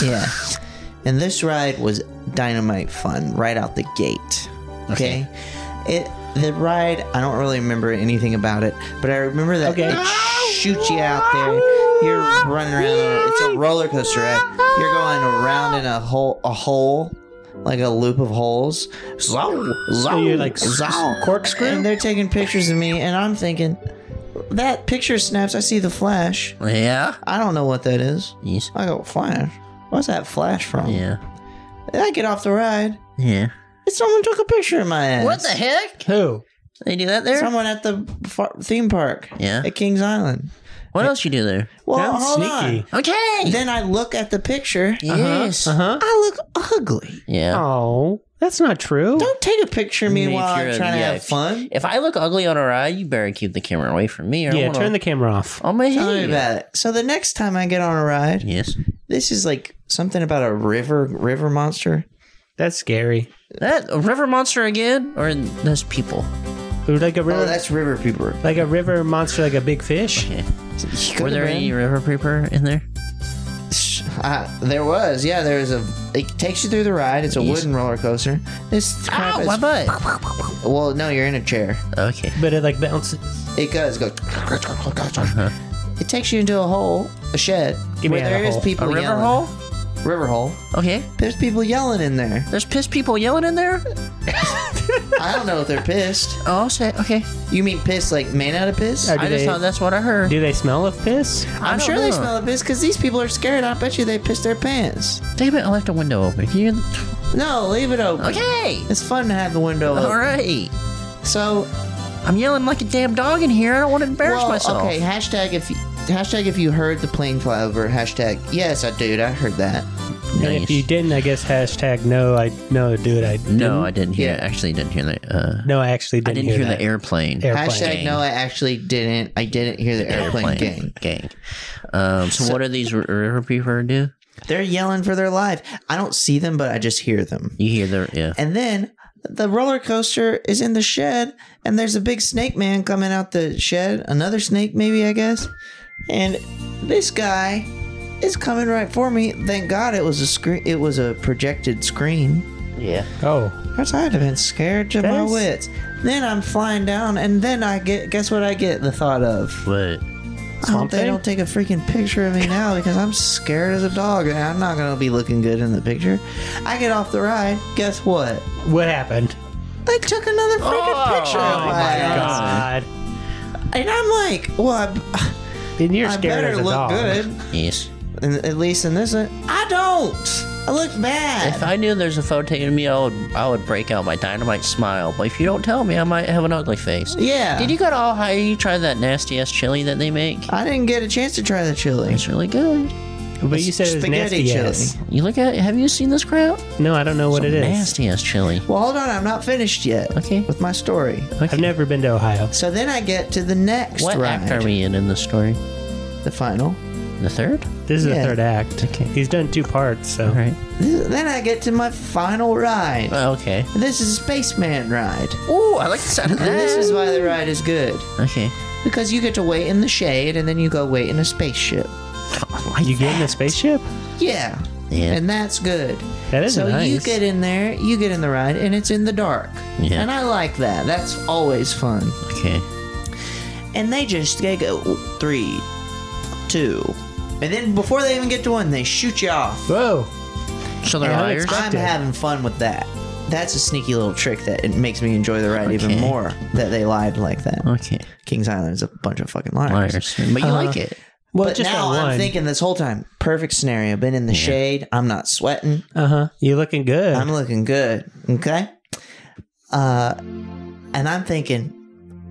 Speaker 5: Yeah, and this ride was dynamite fun right out the gate. Okay, it the ride. I don't really remember anything about it, but I remember that
Speaker 4: Okay.
Speaker 5: it shoots you out there. You're running around. It's a roller coaster ride. You're going around in a hole, a hole, like a loop of holes. Zow,
Speaker 4: Oh. So
Speaker 5: zow,
Speaker 4: you're like
Speaker 5: zow.
Speaker 4: corkscrew?
Speaker 5: And they're taking pictures of me, and I'm thinking, that picture snaps. I see the flash.
Speaker 3: Yeah.
Speaker 5: I don't know what that is.
Speaker 3: Yes.
Speaker 5: I go flash. What's that flash from?
Speaker 3: Yeah.
Speaker 5: And I get off the ride.
Speaker 3: Yeah.
Speaker 5: And someone took a picture of my ass.
Speaker 3: What the heck?
Speaker 4: Who?
Speaker 3: They do that there?
Speaker 5: Someone at the far- theme park.
Speaker 3: Yeah.
Speaker 5: At Kings Island.
Speaker 3: What else you do there?
Speaker 5: Well,
Speaker 4: Sounds
Speaker 5: hold
Speaker 4: sneaky.
Speaker 5: on.
Speaker 3: Okay.
Speaker 5: Then I look at the picture.
Speaker 3: yes.
Speaker 4: Uh-huh.
Speaker 5: I look ugly.
Speaker 3: Yeah.
Speaker 4: Oh, that's not true.
Speaker 5: Don't take a picture of me
Speaker 3: If
Speaker 5: while I'm
Speaker 3: you're a-
Speaker 5: trying to
Speaker 3: yeah,
Speaker 5: have
Speaker 3: if-
Speaker 5: fun.
Speaker 3: If I look ugly on a ride, you better keep the camera away from me. Or
Speaker 4: yeah, turn the camera off.
Speaker 3: on my
Speaker 5: Tell me
Speaker 3: head.
Speaker 5: about it. So the next time I get on a ride,
Speaker 3: Yes.
Speaker 5: this is like something about a river river monster.
Speaker 4: That's scary.
Speaker 3: That a river monster again, or those people?
Speaker 4: Ooh, Like a river,
Speaker 5: Oh, that's river people.
Speaker 4: like a river monster, like a big fish.
Speaker 3: Okay. Were there any river creeper in there?
Speaker 5: Uh, there was, yeah. There was a. It takes you through the ride. It's a
Speaker 3: Yes.
Speaker 5: wooden roller coaster. This crap
Speaker 3: Ow,
Speaker 5: is.
Speaker 3: my butt.
Speaker 5: Well, no, you're in a chair.
Speaker 3: Okay.
Speaker 4: But it like bounces.
Speaker 5: It goes. Go. <laughs> It takes you into a hole, a shed,
Speaker 4: Give me
Speaker 5: where
Speaker 4: a
Speaker 5: there is
Speaker 4: hole.
Speaker 5: people
Speaker 3: A river
Speaker 5: yelling.
Speaker 3: hole?
Speaker 5: River hole.
Speaker 3: Okay.
Speaker 5: There's people yelling in there.
Speaker 3: There's piss people yelling in there?
Speaker 5: I don't know if they're pissed.
Speaker 3: Oh, shit. Okay.
Speaker 5: You mean pissed like made out of piss?
Speaker 4: Uh,
Speaker 3: I just
Speaker 4: they-
Speaker 3: thought that's what I heard.
Speaker 4: Do they smell of piss?
Speaker 5: I'm
Speaker 3: I
Speaker 5: sure
Speaker 3: don't
Speaker 5: they
Speaker 3: know.
Speaker 5: smell of piss because these people are scared. I bet you they pissed their pants.
Speaker 3: Damn it, I left a window open. Can you-
Speaker 5: No, leave it open.
Speaker 3: Okay.
Speaker 5: It's fun to have the window open.
Speaker 3: All right.
Speaker 5: So
Speaker 3: I'm yelling like a damn dog in here. I don't want to embarrass
Speaker 5: well,
Speaker 3: myself.
Speaker 5: Okay, hashtag if you, hashtag if you heard the plane fly over. Hashtag yes, I dude, I heard that.
Speaker 4: And
Speaker 3: Nice.
Speaker 4: if you didn't, I guess hashtag no, I no, dude, I
Speaker 3: no, I didn't hear.
Speaker 5: Yeah.
Speaker 3: Actually, didn't hear the. Uh,
Speaker 4: no, I actually
Speaker 3: I
Speaker 4: didn't,
Speaker 3: didn't hear,
Speaker 4: that.
Speaker 3: the airplane.
Speaker 4: Air- Airplane
Speaker 5: Hashtag
Speaker 3: gang.
Speaker 5: no, I actually didn't. I didn't hear the airplane gang.
Speaker 3: gang. Um, so, what are these r- river people do?
Speaker 5: They're yelling for their life. I don't see them, but I just hear them.
Speaker 3: You hear the yeah.
Speaker 5: And then the roller coaster is in the shed, and there's a big snake man coming out the shed. Another snake, maybe I guess. And this guy is coming right for me. Thank God it was a screen. It was a projected screen.
Speaker 3: Yeah.
Speaker 4: Oh,
Speaker 5: First, I'd have been scared to my
Speaker 4: That's-
Speaker 5: wits. Then I'm flying down, and then I get guess what I get the thought of.
Speaker 3: What?
Speaker 5: I hope
Speaker 4: Swamp
Speaker 5: they
Speaker 4: Thing?
Speaker 5: don't take a freaking picture of me now because I'm scared as a dog, and I'm not gonna be looking good in the picture. I get off the ride. Guess what?
Speaker 4: what happened?
Speaker 5: They took another freaking
Speaker 3: Oh
Speaker 5: picture of my, ass.
Speaker 4: God,
Speaker 5: and I'm like, well, I,
Speaker 4: then you're
Speaker 5: I
Speaker 4: scared
Speaker 5: better
Speaker 4: as a
Speaker 5: look
Speaker 4: dog.
Speaker 5: good,
Speaker 3: Yes.
Speaker 5: and, at least in this. one. I don't. I look bad.
Speaker 3: If I knew there's a photo taken of me, I would I would break out my dynamite smile. But if you don't tell me, I might have an ugly face.
Speaker 5: yeah.
Speaker 3: Did you go to all high? You try that nasty ass chili that they make?
Speaker 5: I didn't get a chance to try the chili.
Speaker 3: It's really good.
Speaker 4: But you said it was
Speaker 5: Spaghetti
Speaker 4: nasty
Speaker 5: chili.
Speaker 4: ass.
Speaker 3: You look at. Have you seen this crap?
Speaker 4: No, I don't know what it is.
Speaker 3: Nasty ass chili.
Speaker 5: Well, hold on. I'm not finished yet
Speaker 3: Okay.
Speaker 5: with my story.
Speaker 4: I've never been to Ohio.
Speaker 5: So then I get to the next
Speaker 3: What
Speaker 5: ride.
Speaker 3: act are we in in this story?
Speaker 5: The final.
Speaker 3: The third.
Speaker 4: This is
Speaker 5: Yeah.
Speaker 4: the third act.
Speaker 3: Okay.
Speaker 4: He's done two parts, so
Speaker 3: All right.
Speaker 5: Then I get to my final ride.
Speaker 3: Oh, okay.
Speaker 5: This is a spaceman ride.
Speaker 3: Ooh, I like the sound of
Speaker 5: And this
Speaker 3: that.
Speaker 5: is why the ride is good.
Speaker 3: Okay.
Speaker 5: Because you get to wait in the shade and then you go wait in a spaceship.
Speaker 4: you get in a spaceship.
Speaker 5: Yeah.
Speaker 3: Yeah.
Speaker 5: And that's good.
Speaker 4: That is
Speaker 5: so you
Speaker 4: nice.
Speaker 5: get in there, you get in the ride, and it's in the dark.
Speaker 3: Yeah.
Speaker 5: And I like that. That's always fun.
Speaker 3: Okay.
Speaker 5: And they just they go three, two. And then before they even get to one, they shoot you off.
Speaker 4: Whoa!
Speaker 3: So they're
Speaker 4: Yeah,
Speaker 3: liars.
Speaker 4: it's
Speaker 5: I'm
Speaker 4: Destructive.
Speaker 5: having fun with that. That's a sneaky little trick that it makes me enjoy the ride even
Speaker 3: Okay.
Speaker 5: more. That they lied like that.
Speaker 3: Okay.
Speaker 5: Kings Island's a bunch of fucking liars.
Speaker 3: Liars. Uh-huh. But you like it.
Speaker 4: Well,
Speaker 5: But
Speaker 4: just
Speaker 5: now
Speaker 4: that
Speaker 5: I'm
Speaker 4: one.
Speaker 5: thinking this whole time, perfect scenario. Been in the shade. I'm not sweating.
Speaker 4: uh huh. You're looking good.
Speaker 5: I'm looking good. Okay. Uh, and I'm thinking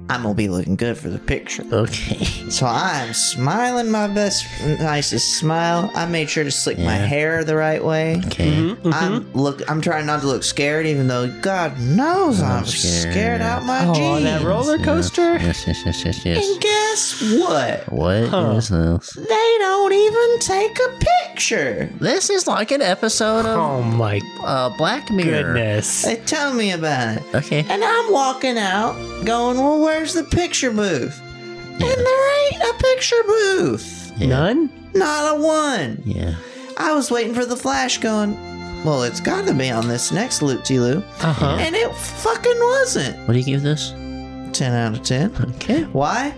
Speaker 5: I'm gonna be looking good for the picture.
Speaker 3: Okay. <laughs>
Speaker 5: So I'm smiling my best, nicest smile. I made sure to slick my
Speaker 3: Yeah.
Speaker 5: hair the right way.
Speaker 3: Okay.
Speaker 4: Mm-hmm.
Speaker 5: I'm look. I'm trying not to look scared, even though God knows I'm, scared.
Speaker 3: scared.
Speaker 5: out my
Speaker 4: oh,
Speaker 5: jeans.
Speaker 4: that roller coaster.
Speaker 3: Yes. Yes. Yes. Yes. Yes.
Speaker 5: And guess what?
Speaker 3: What is
Speaker 4: Huh.
Speaker 3: this?
Speaker 5: They don't even take a picture.
Speaker 3: This is like an episode of
Speaker 4: Oh my
Speaker 3: uh, Black Mirror.
Speaker 4: goodness!
Speaker 5: They tell me about it.
Speaker 3: Okay.
Speaker 5: And I'm walking out going, well, where's the picture booth? And there ain't a picture booth.
Speaker 3: Yeah.
Speaker 4: None.
Speaker 5: Not a one.
Speaker 3: Yeah.
Speaker 5: I was waiting for the flash going, well, it's got to be on this next loop de loop.
Speaker 4: Uh huh.
Speaker 5: And it fucking wasn't.
Speaker 3: What do you give this?
Speaker 5: 10 out of 10. <laughs>
Speaker 3: Okay.
Speaker 5: Why?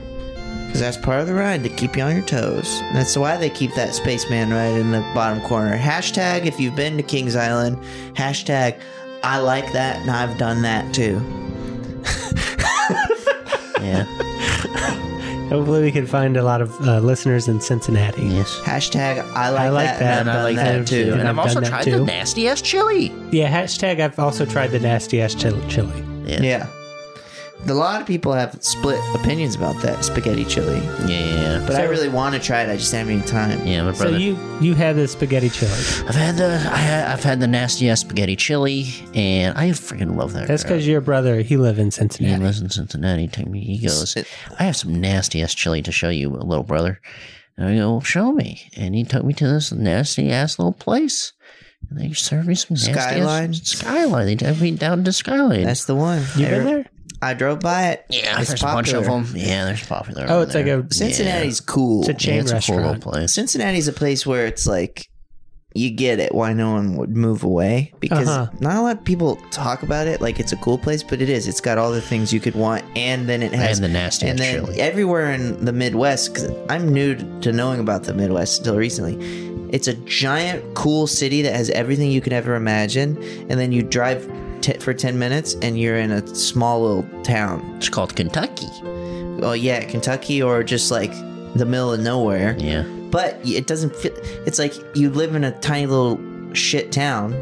Speaker 5: Because that's part of the ride to keep you on your toes. And that's why they keep that spaceman right in the bottom corner. Hashtag if you've been to Kings Island, hashtag I like that and I've done that too.
Speaker 4: <laughs>
Speaker 3: Yeah.
Speaker 4: Hopefully, we can find a lot of uh, listeners in Cincinnati.
Speaker 3: yes.
Speaker 5: Hashtag I like,
Speaker 4: like
Speaker 5: that,
Speaker 4: that,
Speaker 5: and I've
Speaker 3: I
Speaker 5: done
Speaker 3: like
Speaker 5: that,
Speaker 4: that
Speaker 5: too.
Speaker 4: too.
Speaker 3: And I've
Speaker 4: I've
Speaker 3: also
Speaker 4: done that
Speaker 3: tried the
Speaker 4: too.
Speaker 3: nasty ass chili.
Speaker 4: Yeah. Hashtag. I've also tried the nasty ass chili. chili.
Speaker 5: Yeah. A lot of people have split opinions about that spaghetti chili,
Speaker 3: Yeah. Yeah.
Speaker 5: but I
Speaker 4: So-
Speaker 5: really want to try it. I just haven't any time.
Speaker 3: yeah my
Speaker 4: So
Speaker 3: brother.
Speaker 4: you you had the spaghetti chili.
Speaker 3: I've had the I, ha- I've had the nasty ass spaghetti chili, and I freaking love that.
Speaker 4: That's because your brother he live in
Speaker 3: He
Speaker 4: Cincinnati.
Speaker 3: lives in Cincinnati. Take me. He goes. I have some nasty ass chili to show you, little brother. And I go, show me. And he took me to this nasty ass little place. And they served me some nasty
Speaker 5: Skyline?
Speaker 3: Ass, skyline. They took me down to Skyline.
Speaker 5: That's the one.
Speaker 4: You
Speaker 5: I,
Speaker 4: been there?
Speaker 5: I drove by it.
Speaker 3: yeah,
Speaker 5: It's
Speaker 3: there's
Speaker 5: popular.
Speaker 3: a bunch of them. Yeah, there's popular.
Speaker 4: Oh,
Speaker 3: over
Speaker 4: it's like
Speaker 3: there.
Speaker 4: a
Speaker 5: Cincinnati's cool.
Speaker 4: It's a
Speaker 3: Yeah,
Speaker 4: chain
Speaker 3: it's a cool little
Speaker 4: restaurant.
Speaker 3: place.
Speaker 5: Cincinnati's a place where it's like you get it why no one would move away because
Speaker 4: Uh-huh.
Speaker 5: not a lot of people talk about it like it's a cool place but it is it's got all the things you could want and then it has
Speaker 3: And the nasty
Speaker 5: and then
Speaker 3: chili.
Speaker 5: everywhere in the midwest because i'm new to knowing about the midwest until recently it's a giant cool city that has everything you could ever imagine and then you drive t- for 10 minutes and you're in a small little town
Speaker 3: It's called Kentucky.
Speaker 5: oh yeah kentucky or just like the middle of nowhere
Speaker 3: Yeah.
Speaker 5: but it doesn't fit. It's like you live in a tiny little shit town,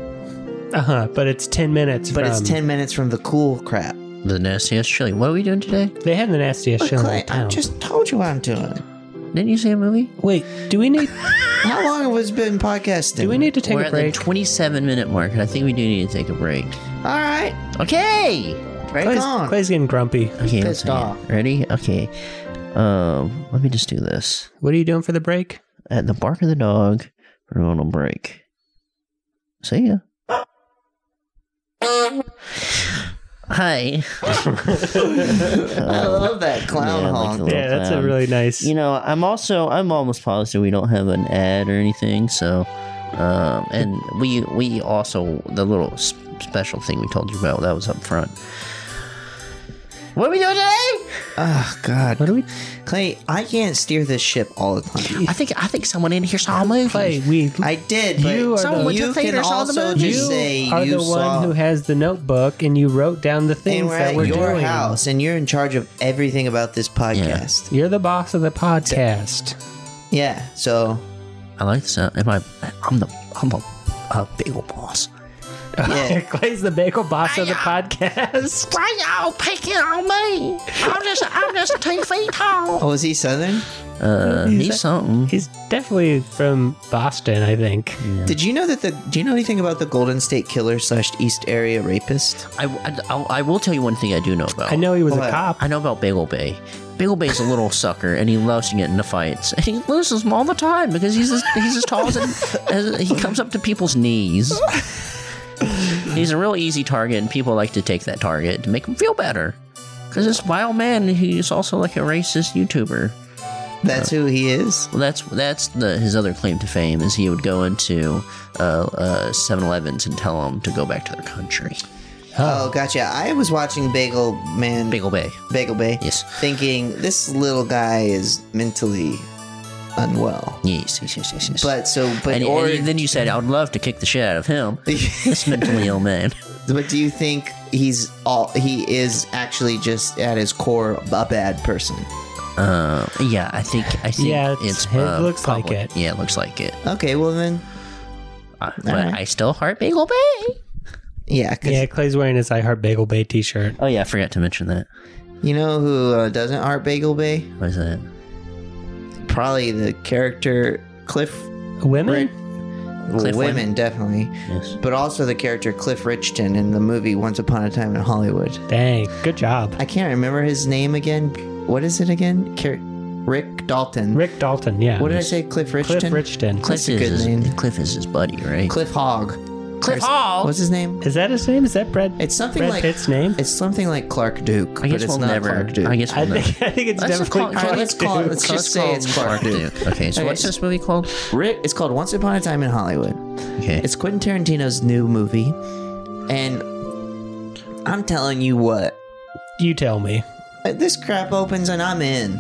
Speaker 4: Uh huh. But it's ten minutes.
Speaker 5: but it's
Speaker 4: from-
Speaker 5: ten minutes from the cool crap.
Speaker 3: The nastiest chili. What are we doing today?
Speaker 4: They have the nastiest
Speaker 5: But
Speaker 4: chili
Speaker 5: Clay,
Speaker 4: in
Speaker 5: I
Speaker 4: town.
Speaker 5: just told you what I'm doing.
Speaker 3: Didn't you see a movie?
Speaker 4: Wait, do we <laughs> need
Speaker 5: How long have we been podcasting?
Speaker 4: do we need to take
Speaker 3: We're at
Speaker 4: a break?
Speaker 3: the 27 minute mark, and I think we do need to take a break.
Speaker 5: All right,
Speaker 3: Okay.
Speaker 5: break
Speaker 4: Clay's,
Speaker 5: on.
Speaker 4: Clay's getting grumpy.
Speaker 3: Okay. let's
Speaker 5: Pissed
Speaker 3: see.
Speaker 5: off.
Speaker 3: Ready? Okay. Um, let me just do this.
Speaker 4: What are you doing for the break?
Speaker 3: At the bark of the dog, we're on a break. See ya. Hi.
Speaker 4: <laughs>
Speaker 5: I love that clown
Speaker 3: Yeah, I like
Speaker 5: honk.
Speaker 3: the- Little
Speaker 4: yeah, that's a
Speaker 3: clown.
Speaker 4: really nice.
Speaker 3: You know, I'm also I'm almost positive we don't have an ad or anything. So, um, and we we also the little s- special thing we told you about that was up front. What are we doing today?
Speaker 5: oh God,
Speaker 4: what are we?
Speaker 5: Clay, I can't steer this ship all the time.
Speaker 3: I think I think someone in here saw a movie.
Speaker 4: Clay, we.
Speaker 5: I did, but
Speaker 4: You
Speaker 5: you,
Speaker 4: are Someone the-
Speaker 3: went to
Speaker 5: can
Speaker 3: theater, saw the
Speaker 5: also
Speaker 3: movie.
Speaker 5: just
Speaker 4: you
Speaker 5: say
Speaker 4: are
Speaker 5: you
Speaker 4: the
Speaker 5: saw.
Speaker 4: one who has the notebook, and you wrote down the
Speaker 5: and
Speaker 4: things
Speaker 5: we're
Speaker 4: that
Speaker 5: at
Speaker 4: we're
Speaker 5: your
Speaker 4: doing.
Speaker 5: house, and you're in charge of everything about this podcast.
Speaker 4: You're the boss of the podcast. <laughs>
Speaker 5: yeah so
Speaker 3: I like the sound. Am I? I'm the I'm the a bagel boss.
Speaker 4: <laughs>
Speaker 5: Yeah.
Speaker 4: Clay's the bagel boss of the podcast.
Speaker 3: Why y'all picking on me? I'm just, I'm just two feet tall.
Speaker 5: Oh, is he Southern?
Speaker 3: Uh, he's something.
Speaker 4: He's definitely from Boston, I think.
Speaker 5: Did you know that the? Do you know anything about the Golden State Killer slash East Area Rapist?
Speaker 3: I, I, I'll- I will tell you one thing I do know about.
Speaker 4: I know he was
Speaker 5: What?
Speaker 4: a cop.
Speaker 3: I know about Bagel Bay. Bagel Bay's a little <laughs> sucker, and he loves to get into fights. And he loses them all the time because he's as, he's as tall as, as he comes up to people's knees. He's a real easy target, and people like to take that target to make him feel better. Because this wild man, he's also like a racist YouTuber.
Speaker 5: That's who he is.
Speaker 3: Well, that's that's the, his other claim to fame is he would go into uh, uh, 7-Elevens and tell them to go back to their country.
Speaker 5: Oh, gotcha. I was watching Bagel Man, Bagel,
Speaker 3: Bagel Bay.
Speaker 5: Bay,
Speaker 3: Yes.
Speaker 5: thinking this little guy is mentally unwell.
Speaker 3: Yes, yes, yes, yes. yes.
Speaker 5: But so, but
Speaker 3: and,
Speaker 5: or
Speaker 3: and then you said, "I would love to kick the shit out of him." this mentally ill man.
Speaker 5: <laughs>
Speaker 3: <laughs>
Speaker 5: but do you think he's all? He is actually just at his core a bad person.
Speaker 3: Uh, yeah, I think I think
Speaker 4: Yeah,
Speaker 3: it's,
Speaker 4: it's- it
Speaker 3: uh,
Speaker 4: looks like
Speaker 3: public.
Speaker 4: it.
Speaker 3: Yeah, it looks like it.
Speaker 5: Okay, well then,
Speaker 3: Uh, but
Speaker 5: right.
Speaker 3: I still heart Bagel Bay.
Speaker 5: yeah. 'cause
Speaker 4: Yeah, Clay's wearing his I Heart Bagel Bay t shirt.
Speaker 3: Oh yeah, I forgot to mention that.
Speaker 5: you know who uh, doesn't art Bagel Bay?
Speaker 3: What is that?
Speaker 5: Probably the character Cliff.
Speaker 4: Women?
Speaker 3: Cliff
Speaker 5: women,
Speaker 3: Women?
Speaker 5: definitely,
Speaker 3: Yes.
Speaker 5: but also the character Cliff Richton in the movie Once Upon a Time in Hollywood.
Speaker 4: Dang, good job.
Speaker 5: I can't remember his name again. What is it again? Car- Rick Dalton.
Speaker 4: Rick Dalton, yeah.
Speaker 5: What did I say? Cliff Richton.
Speaker 4: Cliff Richton.
Speaker 3: Cliff
Speaker 5: a
Speaker 3: is
Speaker 5: good
Speaker 3: his,
Speaker 5: name.
Speaker 3: Cliff is his buddy, right?
Speaker 5: Cliff Hogg.
Speaker 3: Cliff
Speaker 5: Or-
Speaker 3: Hall.
Speaker 5: What's his name?
Speaker 4: Is that his name? Is that Brad?
Speaker 5: It's something
Speaker 4: Brad
Speaker 5: like
Speaker 4: Pitt's name.
Speaker 5: It's something like Clark Duke,
Speaker 3: I
Speaker 5: but
Speaker 3: guess
Speaker 5: it's
Speaker 3: we'll
Speaker 5: not
Speaker 3: never.
Speaker 5: Clark Duke.
Speaker 3: I guess we'll
Speaker 4: I
Speaker 3: never.
Speaker 4: think I think it's
Speaker 3: Let's just call it-
Speaker 4: definitely
Speaker 5: All right,
Speaker 4: Clark
Speaker 5: let's call it.
Speaker 4: Duke.
Speaker 5: Let's just say it's Clark Duke.
Speaker 3: Okay, so
Speaker 5: Okay.
Speaker 3: what's this movie called?
Speaker 5: Rick. It's called Once Upon a Time in Hollywood.
Speaker 3: Okay.
Speaker 5: It's Quentin Tarantino's new movie, and I'm telling you what,
Speaker 4: You tell me.
Speaker 5: this crap opens and I'm in.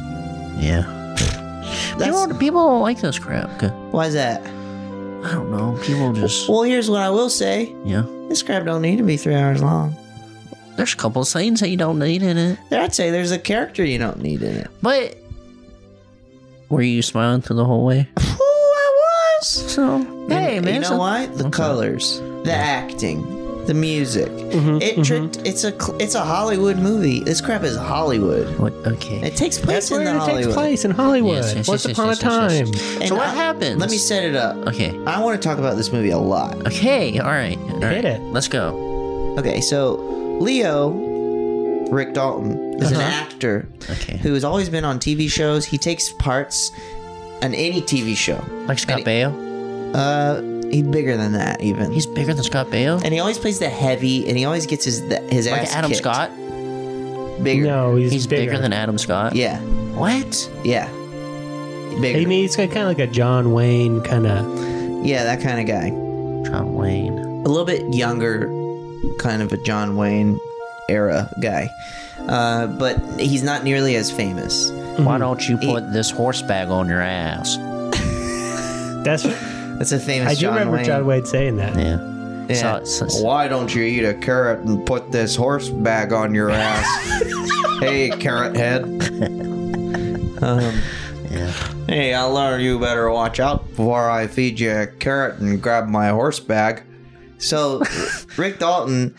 Speaker 3: yeah.
Speaker 5: That's-
Speaker 3: People, people don't like this crap. 'cause-
Speaker 5: Why's that?
Speaker 3: I don't know. People
Speaker 5: <laughs>
Speaker 3: just
Speaker 5: Well, here's what I will say:
Speaker 3: yeah.
Speaker 5: this crap don't need to be three hours long.
Speaker 3: There's a couple of scenes that you don't need in it,
Speaker 5: I'd say there's a character you don't need in it.
Speaker 3: but were you smiling through the whole way?
Speaker 5: Who I was.
Speaker 3: So hey,
Speaker 5: And
Speaker 3: man,
Speaker 5: you know
Speaker 3: so-
Speaker 5: why? The colors, the acting, the music. it tricked. It's a cl- it's a Hollywood movie. This crap is Hollywood.
Speaker 3: What? Okay.
Speaker 5: It takes place
Speaker 4: That's
Speaker 5: in
Speaker 4: where
Speaker 5: the
Speaker 4: it
Speaker 5: Hollywood.
Speaker 4: takes place in Hollywood.
Speaker 3: Yes, yes,
Speaker 4: Once
Speaker 3: yes,
Speaker 4: upon
Speaker 3: yes,
Speaker 4: a
Speaker 3: yes, yes,
Speaker 4: time.
Speaker 3: yes.
Speaker 5: And
Speaker 3: So what
Speaker 5: I-
Speaker 3: happens?
Speaker 5: Let me set it up.
Speaker 3: Okay.
Speaker 5: I want to talk about this movie a lot.
Speaker 3: Okay. All right. All right.
Speaker 4: it.
Speaker 3: Let's go.
Speaker 5: Okay, so Leo, Rick Dalton, is an actor
Speaker 3: Okay.
Speaker 5: who has always been on TV shows. He takes parts on any TV show.
Speaker 3: Like Scott Baio.
Speaker 5: Uh, he's bigger than that even.
Speaker 3: He's bigger than Scott Baio.
Speaker 5: and he always plays the heavy, and he always gets his the, his
Speaker 3: like
Speaker 5: ass
Speaker 3: Adam
Speaker 5: kicked.
Speaker 3: Scott.
Speaker 5: Bigger.
Speaker 4: No, he's,
Speaker 3: He's, bigger. than Adam Scott.
Speaker 5: Yeah.
Speaker 3: What?
Speaker 5: Yeah. Bigger.
Speaker 4: I mean, he's kind of like a John Wayne kind of.
Speaker 5: yeah, that kind of guy.
Speaker 3: John Wayne.
Speaker 5: A little bit younger, kind of a John Wayne era guy. Uh, but he's not nearly as famous.
Speaker 3: Why don't you put this horse bag on your ass?
Speaker 4: That's.
Speaker 5: That's a famous
Speaker 4: I do
Speaker 5: John
Speaker 4: remember
Speaker 5: Wayne.
Speaker 4: John Wayne saying that.
Speaker 3: Yeah.
Speaker 5: Yeah.
Speaker 3: So- so-
Speaker 5: Why don't you eat a carrot and put this horse bag on your <laughs> ass? hey, carrot head. um,
Speaker 3: Yeah.
Speaker 5: Hey, I learned you better watch out before I feed you a carrot and grab my horse bag. <laughs> So, Rick Dalton,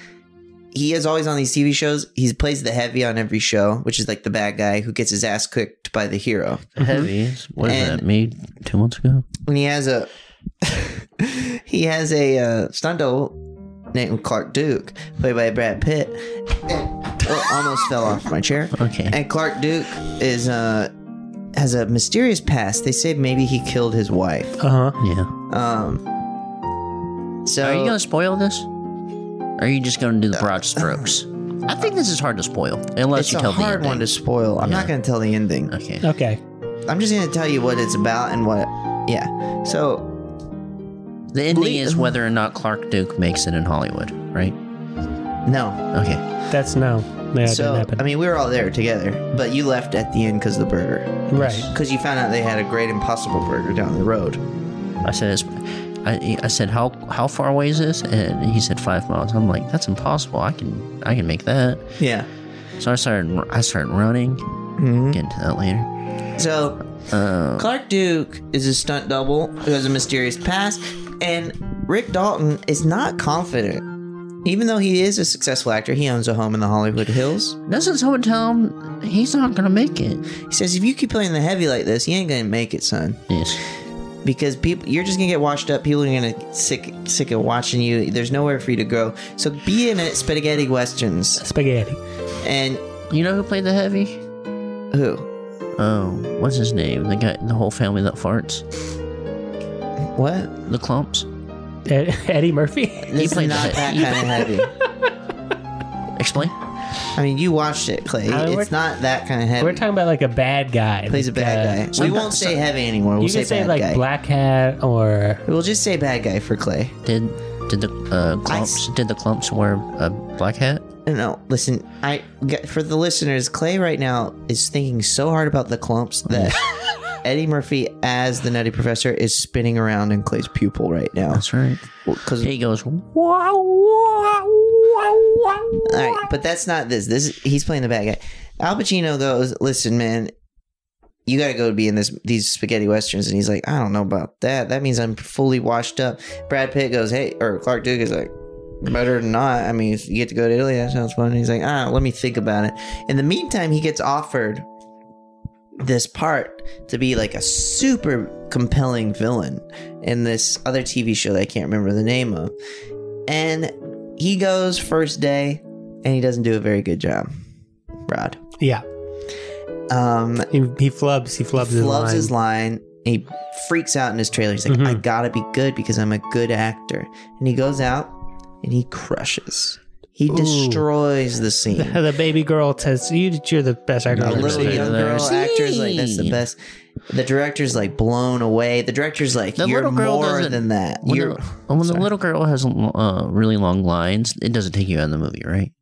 Speaker 5: he is always on these TV shows. He plays the heavy on every show, which is like the bad guy who gets his ass kicked by the hero.
Speaker 3: Heavy. What is
Speaker 5: Mm-hmm. And-
Speaker 3: that? Me two months ago.
Speaker 5: And he has a <laughs> he has a uh, stunt double named Clark Duke, played by Brad Pitt. Oh, almost fell off my chair.
Speaker 3: Okay.
Speaker 5: And Clark Duke is uh has a mysterious past. They say maybe he killed his wife.
Speaker 4: Uh huh.
Speaker 3: Yeah.
Speaker 5: Um. So
Speaker 3: Are you gonna spoil this? Or are you just gonna do the broad strokes? I think this is hard to spoil unless
Speaker 5: it's
Speaker 3: you
Speaker 5: a
Speaker 3: tell the
Speaker 5: hard
Speaker 3: ending.
Speaker 5: one to spoil. I'm not going to tell the ending.
Speaker 3: okay.
Speaker 4: Okay.
Speaker 5: I'm just going to tell you what it's about and what. oh, Yeah. So
Speaker 3: The ending
Speaker 5: Le-
Speaker 3: is whether or not Clark Duke makes it in Hollywood, right?
Speaker 5: no.
Speaker 3: Okay.
Speaker 4: That's no.
Speaker 2: uh,
Speaker 4: Yeah, it
Speaker 5: so
Speaker 4: didn't
Speaker 5: I
Speaker 4: happen.
Speaker 5: mean, we were all there together, but you left at the end because of the burger.
Speaker 4: right.
Speaker 5: Because you found out they had a great Impossible Burger down the road.
Speaker 3: I said, it's, I, I said, how how far away is this? And he said five miles. I'm like, that's impossible. I can I can make that.
Speaker 5: Yeah.
Speaker 3: So I started I started running.
Speaker 5: Mm-hmm.
Speaker 3: Get into that later. Oh.
Speaker 5: So Clark Duke is a stunt double who has a mysterious past, and Rick Dalton is not confident. Even though he is a successful actor, he owns a home in the Hollywood Hills.
Speaker 3: Doesn't someone tell him he's not gonna make it?
Speaker 5: He says, "If you keep playing the heavy like this, you ain't gonna make it, son.
Speaker 3: Yes.
Speaker 5: Because people, you're just gonna get washed up. People are gonna get sick, sick of watching you. There's nowhere for you to go. So be in it, spaghetti westerns.
Speaker 4: Spaghetti. E-,
Speaker 5: And
Speaker 3: You know who played the heavy?
Speaker 5: who?
Speaker 3: Oh, what's his name? The guy, the whole family that farts,
Speaker 5: What?
Speaker 3: the clumps.
Speaker 4: Ed- Eddie Murphy.
Speaker 5: This is
Speaker 3: played
Speaker 5: not
Speaker 3: the-
Speaker 5: that
Speaker 3: you-
Speaker 5: kind of heavy.
Speaker 3: Explain.
Speaker 5: I mean, you watched it, Clay.
Speaker 4: Uh, we're-
Speaker 5: it's not that kind of heavy.
Speaker 4: We're talking about like a bad guy.
Speaker 5: Plays a
Speaker 4: like,
Speaker 5: bad
Speaker 4: uh,
Speaker 5: guy. We won't say heavy anymore. We'll
Speaker 4: you
Speaker 5: say
Speaker 4: can say
Speaker 5: bad
Speaker 4: like
Speaker 5: guy.
Speaker 4: black hat or
Speaker 5: We'll just say bad guy for Clay.
Speaker 3: Did did the uh,
Speaker 5: I
Speaker 3: clumps
Speaker 5: s-
Speaker 3: did the clumps wear a black hat?
Speaker 5: No, listen. I for the listeners, Clay right now is thinking so hard about
Speaker 4: <laughs>
Speaker 5: the clumps that Eddie Murphy as the Nutty Professor is spinning around in Clay's pupil right now.
Speaker 3: That's right.
Speaker 5: Because
Speaker 3: He goes. "Wha-
Speaker 5: all right, but that's not this. This is, he's playing the bad guy. Al Pacino goes, "Listen, man, you got to go be in this these spaghetti westerns." And he's like, "I don't know about that. That means I'm fully washed up." Brad Pitt goes, "Hey," or Clark Duke is like, "Better than not. I mean, if you get to go to Italy, that sounds fun." And he's like, "Ah, let me think about it." In the meantime, he gets offered this part to be like a super compelling villain in this other TV show that I can't remember the name of. And he goes first day and he doesn't do a very good job. Rod.
Speaker 4: yeah.
Speaker 5: Um
Speaker 4: He, he flubs. He flubs his
Speaker 5: loves
Speaker 4: line.
Speaker 5: his line. He freaks out in his trailer. He's like,
Speaker 4: Mhm.
Speaker 5: I gotta be good because I'm a good actor. And he goes out and he crushes. He
Speaker 4: Ooh.
Speaker 5: destroys the scene.
Speaker 4: the baby girl says, you, "You're the best actor
Speaker 5: A
Speaker 4: I've ever
Speaker 5: little
Speaker 3: Never
Speaker 4: seen."
Speaker 5: young
Speaker 3: that.
Speaker 5: girl actor's like, that's the
Speaker 3: See?
Speaker 5: best. The director's like blown away. The director's like,
Speaker 3: The
Speaker 5: you're
Speaker 3: little girl
Speaker 5: more
Speaker 3: doesn't-
Speaker 5: than that.
Speaker 3: When, <laughs>
Speaker 5: You're
Speaker 3: the, when the little girl has uh, really long lines, it doesn't take you out of the movie, right?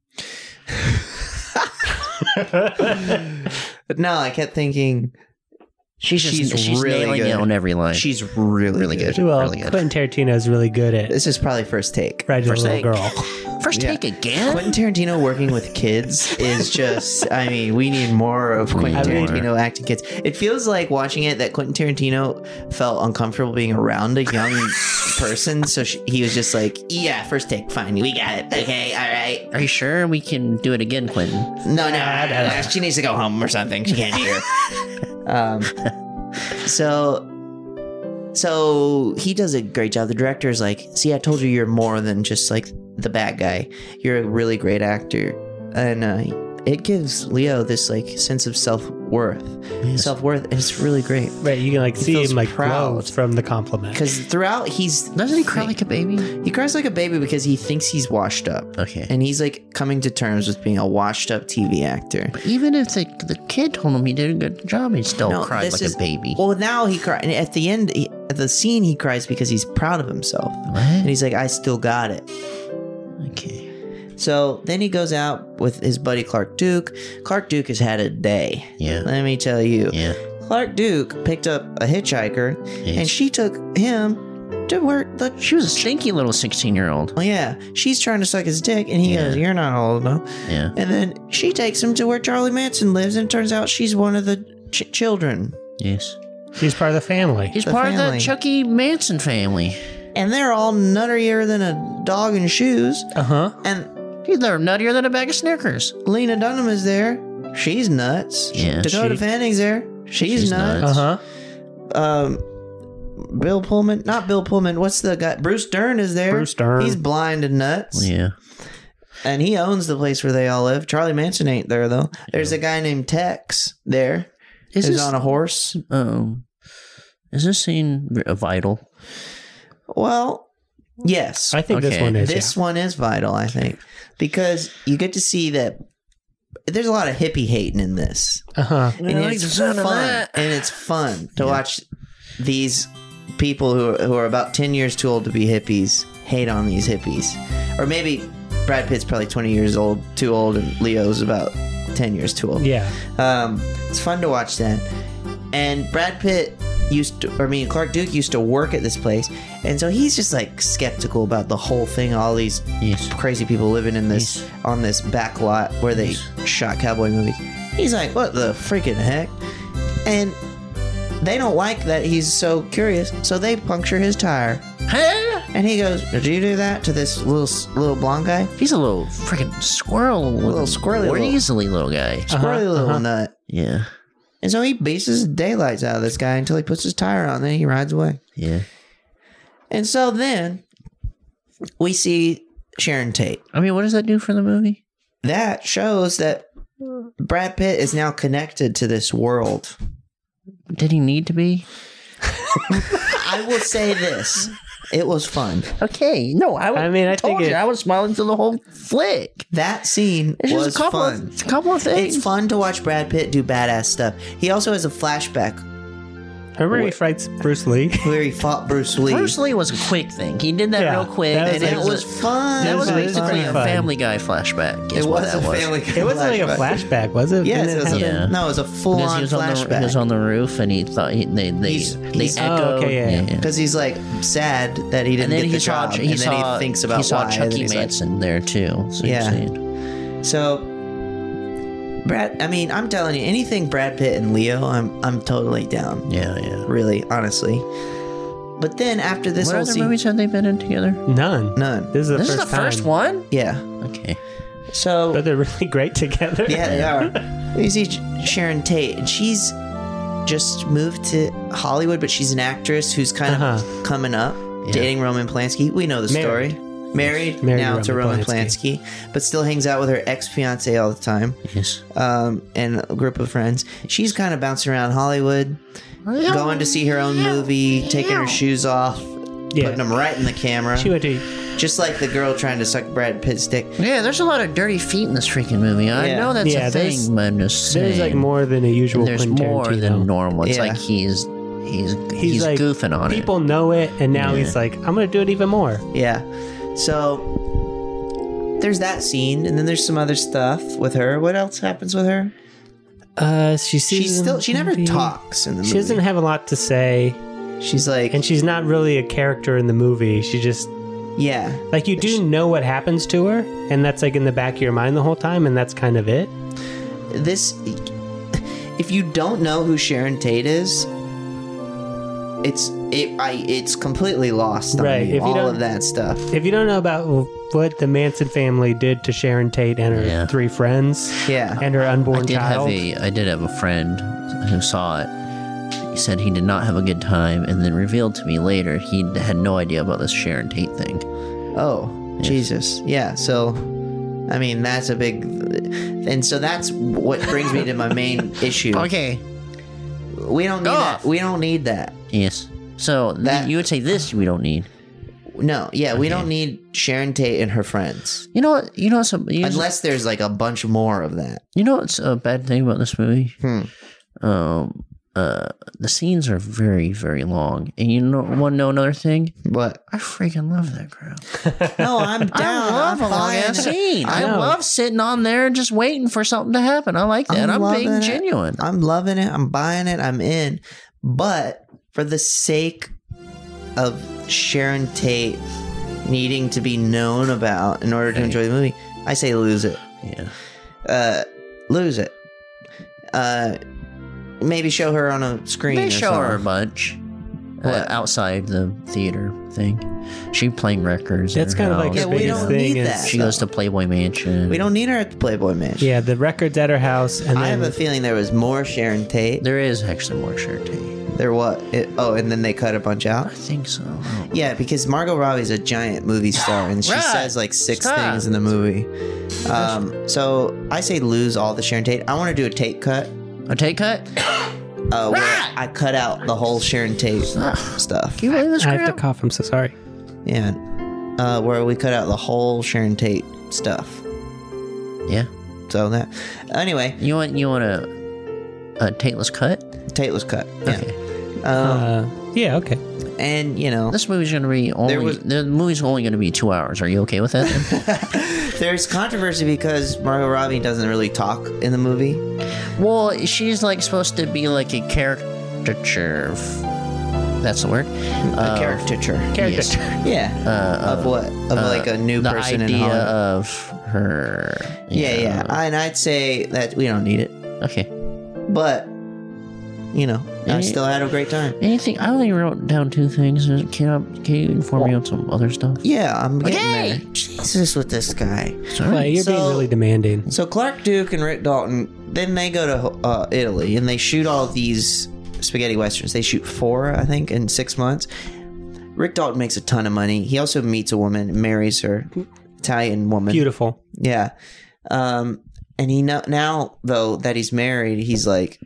Speaker 5: But no, I kept thinking
Speaker 3: She's just,
Speaker 5: She's
Speaker 3: she's,
Speaker 5: really
Speaker 3: nailing
Speaker 5: good.
Speaker 3: it on every line.
Speaker 5: she's really, really good.
Speaker 4: Well,
Speaker 3: really good.
Speaker 4: Quentin Tarantino is really good at
Speaker 5: This is probably first take.
Speaker 4: writing a
Speaker 3: First
Speaker 4: little
Speaker 3: take.
Speaker 4: girl.
Speaker 3: First
Speaker 5: Yeah.
Speaker 3: take again.
Speaker 5: Quentin Tarantino working with kids is just, I mean, we need more of Quentin
Speaker 3: need more.
Speaker 5: Tarantino acting kids. It feels like watching it that Quentin Tarantino felt uncomfortable being around a young person. So she, he was just like, yeah, first take, fine, we got it. Okay, all right.
Speaker 3: Are you sure we can do it again, Quentin?
Speaker 5: No, no, no, no, no, she needs to go home or something. She can't be here.
Speaker 3: <laughs>
Speaker 5: um, so, so he does a great job. The director is like, "See, I told you, you're more than just like the bad guy. You're a really great actor," and uh, it gives Leo this like sense of self worth, self worth, and it's really great
Speaker 4: Right, you can like see
Speaker 5: feels
Speaker 4: him like
Speaker 5: proud.
Speaker 4: glow from the compliment.
Speaker 5: because throughout he's
Speaker 3: Doesn't he cry like a baby?
Speaker 5: he cries like a baby because he thinks he's washed up.
Speaker 3: Okay.
Speaker 5: And he's like coming to terms with being a washed up TV actor.
Speaker 3: Even if the, the kid told him he did a good job, he still cried
Speaker 5: this
Speaker 3: Oh, like
Speaker 5: is-
Speaker 3: a
Speaker 5: Oh.
Speaker 3: baby.
Speaker 5: Well, now he cries. And at the end, he, at the scene, he cries because he's proud of himself. And
Speaker 3: What?
Speaker 5: he's like, I still got it.
Speaker 3: Okay.
Speaker 5: So then he goes out with his buddy Clark Duke. Clark Duke has had a day.
Speaker 3: Yeah.
Speaker 5: Let me tell you.
Speaker 3: Yeah.
Speaker 5: Clark Duke picked up a hitchhiker and
Speaker 3: Yes.
Speaker 5: she took him to work. The,
Speaker 3: She was a stinky little 16 year old.
Speaker 5: oh, yeah. She's trying to suck his dick. And he
Speaker 3: Yeah.
Speaker 5: goes, You're not old enough.
Speaker 3: Yeah.
Speaker 5: And then she takes him to where Charlie Manson lives. And it turns out she's one of the ch- children.
Speaker 3: Yes.
Speaker 4: She's part of the family.
Speaker 3: He's
Speaker 5: The
Speaker 3: part of
Speaker 5: family.
Speaker 3: the Chucky Manson family.
Speaker 5: And they're all nuttier than a dog in shoes.
Speaker 4: Uh huh.
Speaker 5: And
Speaker 3: He's they're nuttier than a bag of Snickers.
Speaker 5: Lena Dunham is there. She's nuts.
Speaker 3: Yeah.
Speaker 5: Dakota
Speaker 4: She-
Speaker 5: Fanning's there. She's,
Speaker 3: She's
Speaker 5: nuts.
Speaker 4: Uh huh.
Speaker 5: Um, Bill Pullman, not Bill Pullman. What's the guy? Bruce Dern is there.
Speaker 4: Bruce Dern.
Speaker 5: He's blind and nuts,
Speaker 3: Yeah.
Speaker 5: and he owns the place where they all live. Charlie Manson ain't there though. There's a guy named Tex there.
Speaker 3: Is
Speaker 5: Is
Speaker 3: this,
Speaker 5: on a horse.
Speaker 3: um, is this scene v- uh, vital?
Speaker 5: Well, yes.
Speaker 4: I think this
Speaker 3: Okay.
Speaker 4: one is.
Speaker 5: This
Speaker 4: yeah.
Speaker 5: one is vital, I think, because you get to see that there's a lot of hippie hating in this.
Speaker 4: Uh huh.
Speaker 5: and
Speaker 3: I like the
Speaker 5: it's
Speaker 3: sound of
Speaker 5: fun.
Speaker 3: that.
Speaker 5: And it's fun to watch these people who are, who are about ten years too old to be hippies hate on these hippies, or maybe Brad Pitt's probably twenty years old too old, and Leo's about ten years too old.
Speaker 4: Yeah.
Speaker 5: Um, it's fun to watch that. And Brad Pitt used to, or I mean, Clark Duke used to work at this place. And so he's just like skeptical about the whole thing, all these
Speaker 3: Yes.
Speaker 5: crazy people living in this, on this back lot where they shot cowboy movies. He's like, what the freaking heck? And they don't like that he's so curious, so they puncture his tire.
Speaker 3: Huh?
Speaker 5: And he goes, "Did you do that to this little s- little blonde guy?
Speaker 3: He's a little freaking squirrel,
Speaker 5: little squirrely little-
Speaker 3: weaselly little guy.
Speaker 5: Squirrely little
Speaker 4: uh-huh.
Speaker 5: nut."
Speaker 3: Yeah,
Speaker 5: And so he beats his daylights out of this guy until he puts his tire on. Then he rides away.
Speaker 3: yeah.
Speaker 5: And so then we see Sharon Tate.
Speaker 3: I mean, what does that do for the movie?
Speaker 5: That shows that Brad Pitt is now connected to this world.
Speaker 3: Did he need to be?
Speaker 5: I will say this. It was fun.
Speaker 3: Okay, no, I,
Speaker 4: I mean, I
Speaker 3: told
Speaker 4: think
Speaker 3: you
Speaker 4: it-
Speaker 3: I was smiling through the whole flick.
Speaker 5: That scene
Speaker 3: It's
Speaker 5: was
Speaker 3: just a couple,
Speaker 5: fun.
Speaker 3: of, a couple of things.
Speaker 5: It's fun to watch Brad Pitt do badass stuff. He also has a flashback
Speaker 4: Remember he fights Bruce Lee?
Speaker 5: where he fought Bruce Lee.
Speaker 3: Bruce Lee was a quick thing. He did that
Speaker 4: Yeah,
Speaker 3: real quick,
Speaker 4: that
Speaker 5: and it
Speaker 3: was,
Speaker 5: was fun.
Speaker 3: that
Speaker 4: it
Speaker 3: was
Speaker 4: was
Speaker 3: basically
Speaker 4: fun.
Speaker 3: a Family Guy flashback. is
Speaker 5: It
Speaker 3: what
Speaker 5: was
Speaker 3: that
Speaker 5: a family. Guy
Speaker 4: It wasn't like a
Speaker 5: flashback.
Speaker 4: flashback, was it?
Speaker 5: Yes,
Speaker 4: Didn't
Speaker 5: it was a,
Speaker 4: happen?
Speaker 3: Yeah.
Speaker 5: no, it was a full
Speaker 3: Because
Speaker 5: on
Speaker 3: he was on the he was
Speaker 5: flashback.
Speaker 3: on the roof and he thought he, they they
Speaker 5: He's-
Speaker 3: they
Speaker 5: he's-
Speaker 3: echoed.
Speaker 4: Oh, okay, yeah, yeah.
Speaker 5: Because he's like sad that he
Speaker 3: And
Speaker 5: didn't
Speaker 3: then
Speaker 5: get
Speaker 3: he
Speaker 5: the
Speaker 3: saw,
Speaker 5: job,
Speaker 3: he
Speaker 5: and
Speaker 3: saw,
Speaker 5: then he thinks about
Speaker 3: he saw
Speaker 5: why. and then
Speaker 3: Chucky
Speaker 5: he's like-
Speaker 3: Manson there too. So you're
Speaker 5: Yeah.
Speaker 3: saying-
Speaker 5: so, Brad. I mean, I'm telling you, anything Brad Pitt and Leo, I'm I'm totally down.
Speaker 3: yeah, yeah.
Speaker 5: Really, honestly. But then after this
Speaker 3: what
Speaker 5: whole
Speaker 3: other
Speaker 5: scene,
Speaker 3: movies have they been in together?
Speaker 4: None.
Speaker 5: none.
Speaker 4: This is the
Speaker 3: this
Speaker 4: first
Speaker 3: is the first
Speaker 4: time.
Speaker 3: one.
Speaker 5: Yeah.
Speaker 3: Okay.
Speaker 5: So
Speaker 4: But they're <laughs> really great together.
Speaker 5: Yeah, they are. You see Sh- Sharon Tate, and she's just moved to Hollywood, but she's an actress who's kind
Speaker 4: Uh-huh.
Speaker 5: of coming up, dating Roman Polanski. We know the
Speaker 4: Married.
Speaker 5: story. Married,
Speaker 4: Married
Speaker 5: now
Speaker 4: to
Speaker 5: to
Speaker 4: Roman
Speaker 5: Roman Polanski. but still hangs out with her ex fiance all the time
Speaker 3: Yes.
Speaker 5: um, and a group of friends. She's kind of bouncing around Hollywood, going to see her own movie, taking her shoes off,
Speaker 4: Yeah.
Speaker 5: putting them right in the camera.
Speaker 4: She went to.
Speaker 5: just like the girl trying to suck Brad Pitt's dick.
Speaker 3: Yeah, there's a lot of dirty feet in this freaking movie. I
Speaker 5: Yeah.
Speaker 3: know that's
Speaker 4: Yeah,
Speaker 3: a
Speaker 4: there's-
Speaker 3: thing, but I'm just saying.
Speaker 4: There's like more than a usual.
Speaker 3: There's
Speaker 4: Quentin
Speaker 3: more
Speaker 4: Tarantino.
Speaker 3: than normal. It's
Speaker 5: Yeah.
Speaker 3: like he's he's he's,
Speaker 4: like,
Speaker 3: goofing on
Speaker 4: People know it, and now
Speaker 3: Yeah.
Speaker 4: he's like, I'm gonna do it even more.
Speaker 5: Yeah. So there's that scene, and then there's some other stuff with her. What else happens with her?
Speaker 4: Uh, she sees.
Speaker 5: She's still she never talks in the movie.
Speaker 4: She doesn't have a lot to say,
Speaker 5: She's like
Speaker 4: and she's not really a character in the movie. She just
Speaker 5: yeah,
Speaker 4: like you do know what happens to her, and that's like in the back of your mind the whole time, and that's kind of it.
Speaker 5: this. If you don't know who Sharon Tate is, it's it I it's completely lost on
Speaker 4: Right,
Speaker 5: you,
Speaker 4: if you
Speaker 5: all
Speaker 4: don't-
Speaker 5: of that stuff.
Speaker 4: If you don't know about what the Manson family did to Sharon Tate and her
Speaker 3: Yeah.
Speaker 4: three friends,
Speaker 5: Yeah.
Speaker 4: and her
Speaker 3: it. I
Speaker 4: unborn
Speaker 3: did have
Speaker 4: child,
Speaker 3: a I did have a friend who saw it. He said he did not have a good time, and then revealed to me later he had no idea about this Sharon Tate thing.
Speaker 5: Oh, Jesus. Yeah, so I mean, that's a big and so that's what brings me to my
Speaker 3: <laughs>
Speaker 5: main issue.
Speaker 3: Okay.
Speaker 5: We don't need that.
Speaker 3: Off.
Speaker 5: We don't need that.
Speaker 3: Yes. So th-
Speaker 5: That-
Speaker 3: you would say this we don't need.
Speaker 5: No, yeah, we don't need Sharon Tate and her friends.
Speaker 3: You know what? You know what's a, you,
Speaker 5: Unless there's like a bunch more of that.
Speaker 3: you know what's a bad thing about this movie?
Speaker 5: Hmm.
Speaker 3: Um, uh, the scenes are very very long, and you know want to know another thing?
Speaker 5: What?
Speaker 3: I freaking love that crowd.
Speaker 5: No, I'm down.
Speaker 3: I love
Speaker 5: I'm
Speaker 3: a long
Speaker 5: fine.
Speaker 3: ass scene. I,
Speaker 4: know.
Speaker 3: love sitting on there and just waiting for something to happen. I like that.
Speaker 5: I'm
Speaker 3: I'm,
Speaker 5: loving
Speaker 3: being
Speaker 5: it.
Speaker 3: genuine.
Speaker 5: I'm loving it. I'm buying it. I'm in. But for the sake of Sharon Tate needing to be known about in order to
Speaker 3: Right.
Speaker 5: enjoy the movie, I say lose it.
Speaker 3: Yeah.
Speaker 5: Uh, lose it. Uh, maybe show her on a screen.
Speaker 3: They
Speaker 5: or
Speaker 3: show her a
Speaker 5: something.
Speaker 3: bunch uh,
Speaker 5: What?
Speaker 3: outside the theater thing. She playing records. at
Speaker 4: That's
Speaker 3: her
Speaker 4: kind of like
Speaker 3: house.
Speaker 5: Yeah,
Speaker 4: the
Speaker 5: we
Speaker 4: biggest
Speaker 5: don't
Speaker 4: thing
Speaker 5: need
Speaker 4: is
Speaker 5: that.
Speaker 3: She goes to Playboy Mansion.
Speaker 5: We don't need her at the Playboy Mansion.
Speaker 4: yeah, the records at her house, and
Speaker 5: I have
Speaker 4: then
Speaker 5: a feeling there was more Sharon Tate.
Speaker 3: There is actually more Sharon Tate.
Speaker 5: They're what? It, oh, and then they cut a bunch out.
Speaker 3: I think so.
Speaker 5: Yeah, because Margot Robbie's a giant
Speaker 3: <gasps>
Speaker 5: movie star, and she
Speaker 3: Right.
Speaker 5: says like six
Speaker 3: Stop.
Speaker 5: things in the movie. Um, so I say lose all the Sharon Tate. I want to do a Tate cut,
Speaker 3: A take cut?
Speaker 5: uh, where I cut out the whole Sharon Tate stuff.
Speaker 3: Can you believe this
Speaker 4: I have to
Speaker 3: crap?
Speaker 4: cough. I'm so sorry.
Speaker 5: Yeah, uh, where we cut out the whole Sharon Tate stuff.
Speaker 3: Yeah.
Speaker 5: So that anyway,
Speaker 3: You want you want a a Tateless cut?
Speaker 5: Tate was cut. Yeah.
Speaker 3: Okay.
Speaker 5: Um,
Speaker 4: Uh, yeah, okay.
Speaker 5: and you know,
Speaker 3: This movie's gonna be only
Speaker 5: was-
Speaker 3: the movie's only gonna be two hours. Are you okay with that?
Speaker 5: <laughs>
Speaker 3: then?
Speaker 5: there's controversy because Margot Robbie doesn't really talk in the movie.
Speaker 3: Well, she's like supposed to be like a caricature. Of, that's the word.
Speaker 5: a caricature.
Speaker 3: Yes.
Speaker 5: Um, Yeah. of what? Of like a new
Speaker 3: Uh, The
Speaker 5: person in
Speaker 3: idea
Speaker 5: Hollywood.
Speaker 3: of her.
Speaker 5: yeah, yeah. I, and I'd say that we don't need it,
Speaker 3: Okay.
Speaker 5: but you know, I
Speaker 3: Yeah.
Speaker 5: still had a great time.
Speaker 3: Anything? I only wrote down two things. Can, I, can you inform me on some other stuff?
Speaker 5: Yeah, I'm getting
Speaker 3: Okay.
Speaker 5: there. Jesus with this guy.
Speaker 4: Clay, you're being
Speaker 5: So-
Speaker 4: really demanding.
Speaker 5: So Clark Duke and Rick Dalton, then they go to uh, Italy and they shoot all these spaghetti westerns. They shoot four, I think, in six months. Rick Dalton makes a ton of money. He also meets a woman, marries her, Italian woman.
Speaker 4: Beautiful.
Speaker 5: Yeah. Um, and he know, now though that he's married, he's like,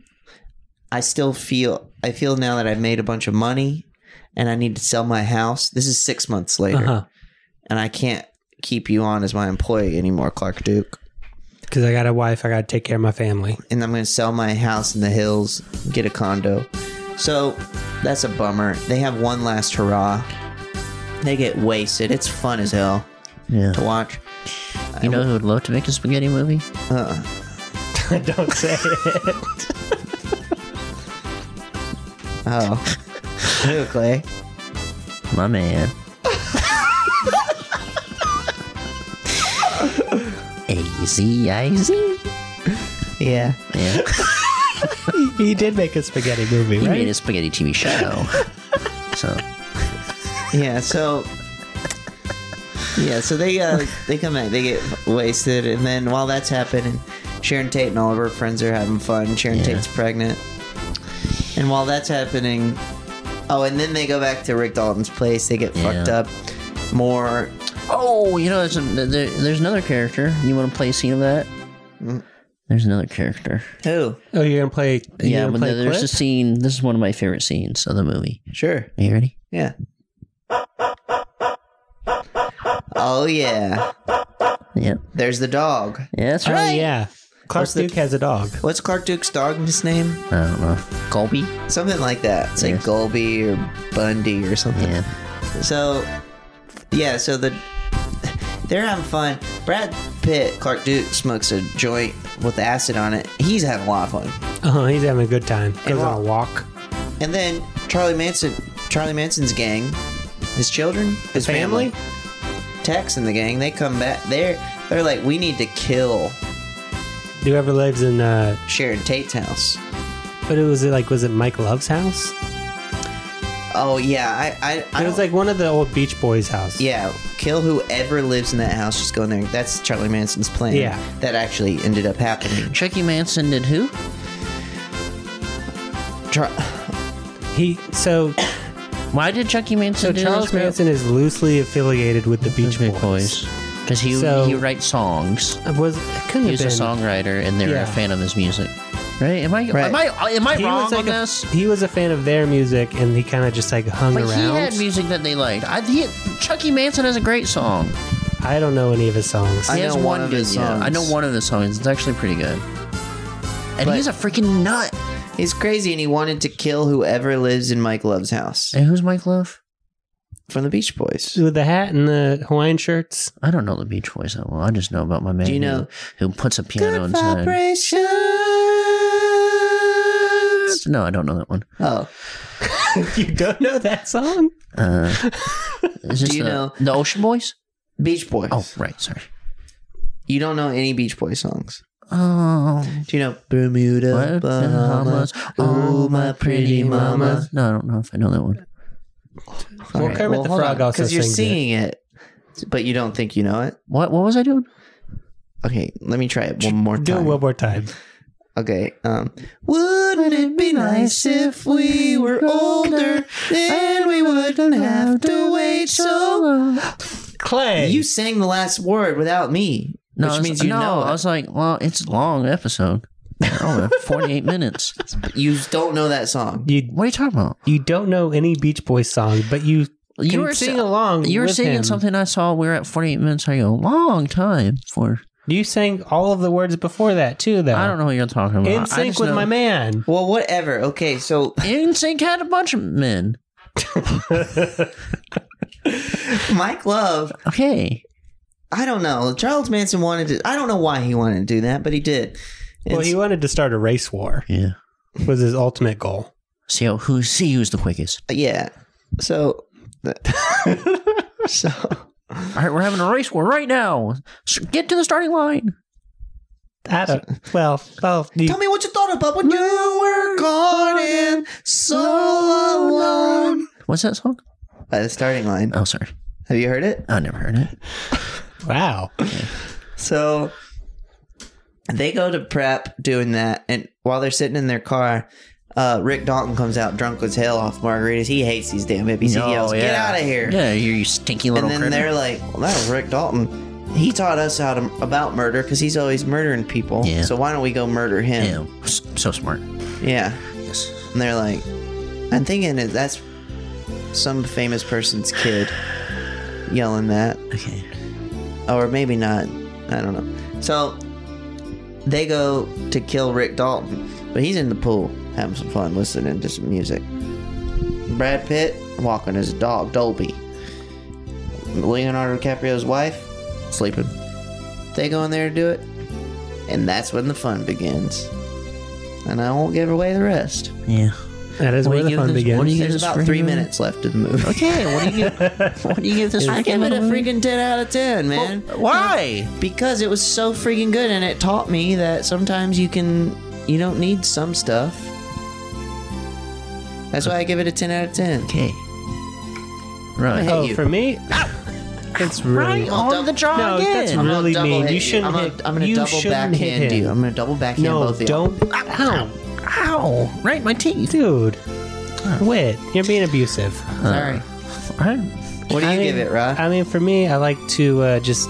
Speaker 5: I still feel I feel now that I've made a bunch of money, and I need to sell my house. This is six months later,
Speaker 4: Uh huh.
Speaker 5: and I can't keep you on as my employee anymore, Clark Duke.
Speaker 4: Because I got a wife, I got to take care of my family.
Speaker 5: And I'm going to sell my house in the hills, get a condo. So that's a bummer. They have one last hurrah. They get wasted. It's fun as hell
Speaker 3: Yeah.
Speaker 5: to watch.
Speaker 3: You know who would love to make a spaghetti movie?
Speaker 4: Don't say it.
Speaker 5: Oh, Who, Clay.
Speaker 3: My man. Easy, easy.
Speaker 5: Yeah.
Speaker 3: Yeah.
Speaker 4: <laughs> he did make a spaghetti movie,
Speaker 3: He
Speaker 4: right?
Speaker 3: made a spaghetti TV show. so,
Speaker 5: yeah so yeah so they uh they come back they get wasted and then while that's happening sharon tate and all of her friends are having fun sharon
Speaker 3: Yeah.
Speaker 5: tate's pregnant and while that's happening oh and then they go back to rick dalton's place they get
Speaker 3: Yeah.
Speaker 5: fucked up more
Speaker 3: oh, you know, there's, a, there, there's another character. You want to play a scene of that?
Speaker 4: Mm-hmm.
Speaker 3: There's another character.
Speaker 5: who
Speaker 4: oh, you're going to play. You're
Speaker 3: yeah,
Speaker 4: gonna
Speaker 3: but
Speaker 4: play
Speaker 3: there's
Speaker 4: clip?
Speaker 3: a scene. This is one of my favorite scenes of the movie.
Speaker 5: sure
Speaker 3: Are you ready?
Speaker 5: yeah oh yeah
Speaker 3: Yep.
Speaker 5: there's the dog
Speaker 3: Yeah, that's
Speaker 4: Oh,
Speaker 3: right.
Speaker 4: yeah. Clark
Speaker 5: What's the-
Speaker 4: Duke has a dog.
Speaker 5: what's clark duke's dog's name
Speaker 3: I don't know. Colby?
Speaker 5: something like that it's like
Speaker 3: Yes.
Speaker 5: golby or bundy or something
Speaker 3: Yeah.
Speaker 5: So, yeah, so the they're having fun. Brad Pitt, Clark Duke, smokes a joint with acid on it. He's having a lot of fun.
Speaker 4: Oh, he's having a good time. Goes
Speaker 5: And
Speaker 4: on a walk.
Speaker 5: And then Charlie Manson, Charlie Manson's gang, his children, his family, Tex and the gang, they come back. They're they're like, we need to kill
Speaker 4: Whoever lives in, uh,
Speaker 5: Sharon Tate's house.
Speaker 4: but it was like, was it Mike Love's house?
Speaker 5: Oh yeah, I I, I
Speaker 4: It was
Speaker 5: don't-
Speaker 4: like one of the old Beach Boys' house.
Speaker 5: Yeah, kill whoever lives in that house. Just go in there. That's Charlie Manson's plan.
Speaker 4: Yeah.
Speaker 5: that actually ended up happening.
Speaker 3: Chucky Manson did who?
Speaker 5: Char-
Speaker 4: He so
Speaker 3: Why did Chucky Manson
Speaker 4: so
Speaker 3: do
Speaker 4: Charles
Speaker 3: this, bro?
Speaker 4: Manson is loosely affiliated with the Beach
Speaker 3: Beach
Speaker 4: Boys.
Speaker 3: Boys. Because he,
Speaker 4: So-
Speaker 3: he writes songs.
Speaker 4: It was it couldn't
Speaker 3: He was a
Speaker 4: have been.
Speaker 3: songwriter, and they were
Speaker 4: Yeah.
Speaker 3: a fan of his music. Right? Am I
Speaker 5: Right.
Speaker 3: am I am I
Speaker 4: He
Speaker 3: wrong
Speaker 4: was like
Speaker 3: on
Speaker 4: a,
Speaker 3: this?
Speaker 4: he was a fan of their music, and he kind of just like hung
Speaker 3: But he
Speaker 4: around.
Speaker 3: had music that they liked. I, he, Chucky Manson has a great song.
Speaker 4: I don't know any of his songs.
Speaker 5: I
Speaker 3: He
Speaker 5: know
Speaker 3: has
Speaker 5: one
Speaker 3: one,
Speaker 5: of
Speaker 3: good
Speaker 5: his
Speaker 3: yeah, I know
Speaker 5: songs.
Speaker 3: one of his songs. It's actually pretty good. And he's a freaking nut.
Speaker 5: He's crazy and he wanted to kill whoever lives in Mike Love's house
Speaker 3: And who's Mike Love?
Speaker 5: from the Beach Boys.
Speaker 4: With the hat and the Hawaiian
Speaker 3: <laughs>
Speaker 4: shirts.
Speaker 3: I don't know the Beach Boys that well. I just know about my man.
Speaker 5: Do you
Speaker 3: who-
Speaker 5: know-
Speaker 3: who, puts a piano inside?
Speaker 5: Vibration.
Speaker 3: No, I don't know that one.
Speaker 5: Oh,
Speaker 4: you don't know that song?
Speaker 5: <laughs>
Speaker 3: Uh, is this
Speaker 5: you
Speaker 3: the,
Speaker 5: know-
Speaker 3: the Ocean Boys?
Speaker 5: Beach Boys.
Speaker 3: Oh, right. Sorry.
Speaker 5: You don't know any Beach Boys songs.
Speaker 3: Oh,
Speaker 5: Do you know Bermuda,
Speaker 3: what?
Speaker 5: Bahamas? Oh, my pretty mama.
Speaker 3: No, I don't know if I know that one.
Speaker 4: Well,
Speaker 5: All
Speaker 4: Kermit the
Speaker 5: hold
Speaker 4: Frog
Speaker 5: on,
Speaker 4: also
Speaker 5: you're
Speaker 4: sings it.
Speaker 5: singing it. but you don't think you know it.
Speaker 3: What? What was I doing?
Speaker 5: Okay, let me try it one more
Speaker 4: Do it
Speaker 5: time.
Speaker 4: one more time.
Speaker 5: Okay. Um, wouldn't it be nice if we were older? Then we wouldn't have to wait so
Speaker 3: long.
Speaker 4: Clay.
Speaker 5: You sang the last word without me,
Speaker 3: No, I
Speaker 5: which
Speaker 3: was-
Speaker 5: means you
Speaker 3: no,
Speaker 5: know
Speaker 3: I
Speaker 5: it.
Speaker 3: was like, well, it's a long episode. Oh, 48 minutes.
Speaker 5: but you don't know that song.
Speaker 4: you
Speaker 3: What are you talking about?
Speaker 4: you don't know any Beach Boys song, but you
Speaker 3: You
Speaker 4: can
Speaker 3: were
Speaker 4: sing
Speaker 3: sa-
Speaker 4: along.
Speaker 3: You were
Speaker 4: Oh, with
Speaker 3: singing
Speaker 4: him.
Speaker 3: something I saw. We were at 48 minutes. I go, long time for.
Speaker 4: You sang all of the words before that too, though.
Speaker 3: I don't know what you're talking about. I
Speaker 4: In
Speaker 3: just
Speaker 4: sync with
Speaker 3: know-
Speaker 4: my man.
Speaker 5: Well, whatever. Okay, so <laughs>
Speaker 3: In sync had a bunch of men.
Speaker 5: Mike Love,
Speaker 3: Okay.
Speaker 5: I don't know. Charles Manson wanted to. I don't know why he wanted to do that, but he did.
Speaker 4: Well,
Speaker 5: It's- uh,
Speaker 4: he wanted to start a race war.
Speaker 3: Yeah.
Speaker 4: Was his ultimate goal.
Speaker 3: See how, who see who's the quickest.
Speaker 5: yeah. So, <laughs> so
Speaker 3: All right, we're having a race war right now. S- Get to the starting line.
Speaker 4: I don't. Well, well, you,
Speaker 5: tell me what you thought thought about when you were gone and so alone.
Speaker 3: What's that song?
Speaker 5: By the starting line.
Speaker 3: Oh, sorry.
Speaker 5: Have you heard it?
Speaker 3: I never heard it.
Speaker 4: Wow.
Speaker 5: So they go to prep doing that, and while they're sitting in their car, uh, Rick Dalton comes out drunk with tail off margaritas. He hates these damn hippies.
Speaker 3: Oh,
Speaker 5: he yells, "Get
Speaker 3: yeah.
Speaker 5: out of here!"
Speaker 3: Yeah, you you stinky
Speaker 5: and
Speaker 3: little
Speaker 5: then
Speaker 3: critter.
Speaker 5: they're like, "Well, that was Rick Dalton. He taught us how to about murder because he's always murdering people.
Speaker 3: Yeah.
Speaker 5: So why don't we go murder him?"
Speaker 3: Yeah, s- so smart.
Speaker 5: Yeah.
Speaker 3: Yes.
Speaker 5: And they're like, "I'm thinking that that's some famous person's kid yelling that."
Speaker 3: Okay.
Speaker 5: or maybe not. I don't know. So they go to kill Rick Dalton, but he's in the pool having some fun listening to some music. Brad Pitt walking his dog Dolby. Leonardo DiCaprio's wife sleeping. They go in there to do it, and that's when the fun begins. And I won't give away the rest.
Speaker 3: Yeah.
Speaker 4: That is
Speaker 3: What do
Speaker 4: where the
Speaker 3: you
Speaker 4: fun
Speaker 3: give this- what do you
Speaker 4: begins.
Speaker 3: give-
Speaker 5: There's
Speaker 3: Just
Speaker 5: about three
Speaker 3: freaking-
Speaker 5: minutes left of the movie.
Speaker 3: Okay. What do you
Speaker 4: <laughs>
Speaker 3: give? what do you give this?
Speaker 5: I give it a freaking 10 out of 10, man.
Speaker 3: Why?
Speaker 5: because it was so freaking good and it taught me that sometimes you can you don't need some stuff that's why i give it a 10 out of 10
Speaker 3: Okay. Right.
Speaker 5: hit
Speaker 4: Oh,
Speaker 5: you.
Speaker 4: for me, it's really.
Speaker 5: I'll dou-
Speaker 3: jaw
Speaker 4: No, that's
Speaker 5: I'm gonna
Speaker 4: really
Speaker 5: double
Speaker 4: mean.
Speaker 5: hit
Speaker 4: You shouldn't
Speaker 5: I'm gonna,
Speaker 4: hit-
Speaker 5: I'm gonna
Speaker 4: you
Speaker 5: double
Speaker 4: shouldn't hit
Speaker 5: backhand
Speaker 4: him.
Speaker 5: you. I'm gonna double backhand
Speaker 4: No,
Speaker 5: both of you.
Speaker 4: don't. Ow.
Speaker 3: Ow! Right, in my teeth.
Speaker 4: Dude. Quit. You're being abusive.
Speaker 5: Sorry.
Speaker 3: Uh, I,
Speaker 5: What do you
Speaker 4: I mean-
Speaker 5: give it, Rod?
Speaker 4: I mean, for me, I like to uh, just.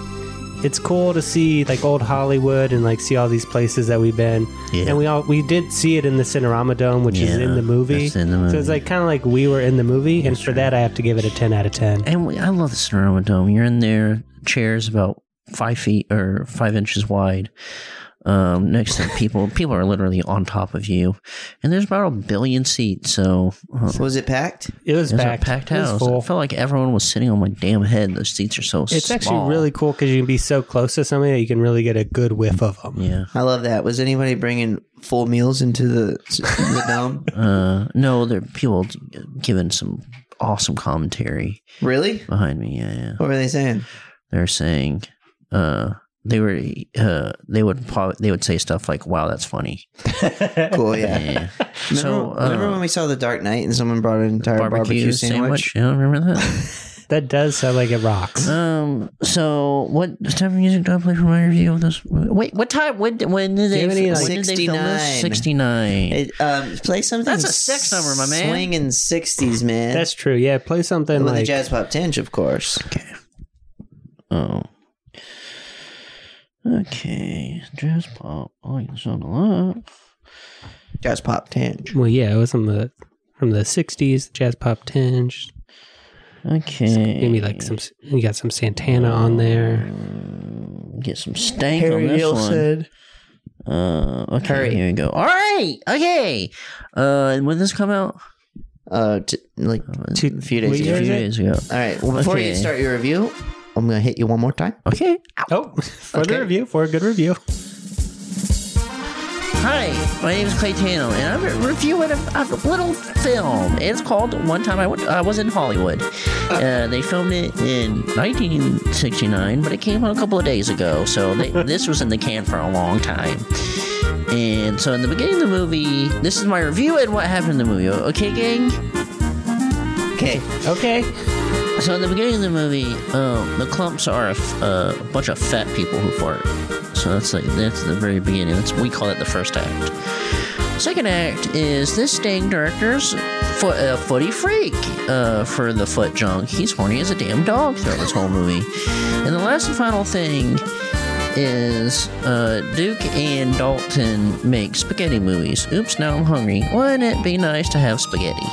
Speaker 4: It's cool to see like old Hollywood and like see all these places that we've been.
Speaker 3: Yeah.
Speaker 4: And we all we did see it in the Cinerama Dome, which is
Speaker 3: Yeah,
Speaker 4: in the movie.
Speaker 3: that's in the
Speaker 4: So
Speaker 3: movie.
Speaker 4: it's like kind of like we were in the movie, and for that I have to give it a ten out of ten.
Speaker 3: and we, I love the Cinerama Dome. You're in there, chairs about five feet or five inches wide. Um, next to people, <laughs> people are literally on top of you, and there's about a billion seats. So uh,
Speaker 5: was it packed?
Speaker 4: It was
Speaker 3: it was
Speaker 4: packed.
Speaker 3: a packed
Speaker 4: It was
Speaker 3: house. I
Speaker 4: full.
Speaker 3: felt like everyone was sitting on my damn head. Those seats are so.
Speaker 4: It's actually
Speaker 3: small.
Speaker 4: really cool because you can be so close to somebody that you can really get a good whiff of them.
Speaker 3: Yeah.
Speaker 5: I love that. Was anybody bringing full meals into the, the
Speaker 4: <laughs>
Speaker 5: dome?
Speaker 3: Uh, no, there people giving some awesome commentary
Speaker 5: Really?
Speaker 3: behind me. Yeah, yeah.
Speaker 5: What were
Speaker 4: <laughs>
Speaker 5: they saying?
Speaker 3: they're saying uh they were uh they would prob- they would say stuff like wow that's funny
Speaker 5: Cool, yeah.
Speaker 3: yeah
Speaker 5: Remember,
Speaker 3: so uh,
Speaker 5: remember when we saw The Dark Knight and someone brought an entire barbecue, sandwich?
Speaker 3: yeah remember
Speaker 5: <laughs>
Speaker 3: that
Speaker 4: That does sound like it rocks.
Speaker 3: um so what type of music do i play for my review of this wait what time when when did they,
Speaker 4: Give me,
Speaker 3: when
Speaker 4: like,
Speaker 3: did they film this
Speaker 5: 69.
Speaker 3: 69
Speaker 5: It, um, play something.
Speaker 3: That's a sex number, my man.
Speaker 5: Swinging sixties, man.
Speaker 4: That's true. Yeah, play something
Speaker 5: with a
Speaker 4: like
Speaker 5: jazz pop tinge, of course.
Speaker 3: okay oh okay jazz pop i like the song a lot
Speaker 5: Jazz pop tinge.
Speaker 4: well, yeah, it was from the from the '60s, jazz pop tinge.
Speaker 3: okay
Speaker 4: Maybe like some you got some Santana on there.
Speaker 3: get some stank on this one. Uh, okay,
Speaker 5: Hurry.
Speaker 3: here we go. All right, okay. Uh, and when this come out?
Speaker 5: Uh, t- like two, a few days
Speaker 4: Wait,
Speaker 3: A
Speaker 5: ago.
Speaker 4: Year
Speaker 3: few days
Speaker 4: is it?
Speaker 3: ago.
Speaker 5: All right. Well, before you
Speaker 3: Okay.
Speaker 5: start your review, I'm gonna hit you one more time.
Speaker 3: Okay.
Speaker 4: Oh, <laughs> for
Speaker 5: Okay.
Speaker 4: the review, for a good review.
Speaker 3: Hi, my name is Clay Tano, and I'm reviewing a, a little film. It's called One Time I, Went, I Was in Hollywood. Uh, they filmed it in 1969, but it came out a couple of days ago, so they, <laughs> this was in the can for a long time. And so, in the beginning of the movie, this is my review and what happened in the movie. Okay, gang?
Speaker 5: Okay.
Speaker 4: Okay.
Speaker 3: So in the beginning of the movie, um, the clumps are a, f- uh, a bunch of fat people who fart. So that's like that's the very beginning. That's we call it the first act. Second act is this dang director's foot, uh, footy freak uh, for the foot junk. He's horny as a damn dog throughout this whole movie. And the last and final thing is uh, Duke and Dalton make spaghetti movies. Oops, now I'm hungry. Wouldn't it be nice to have spaghetti?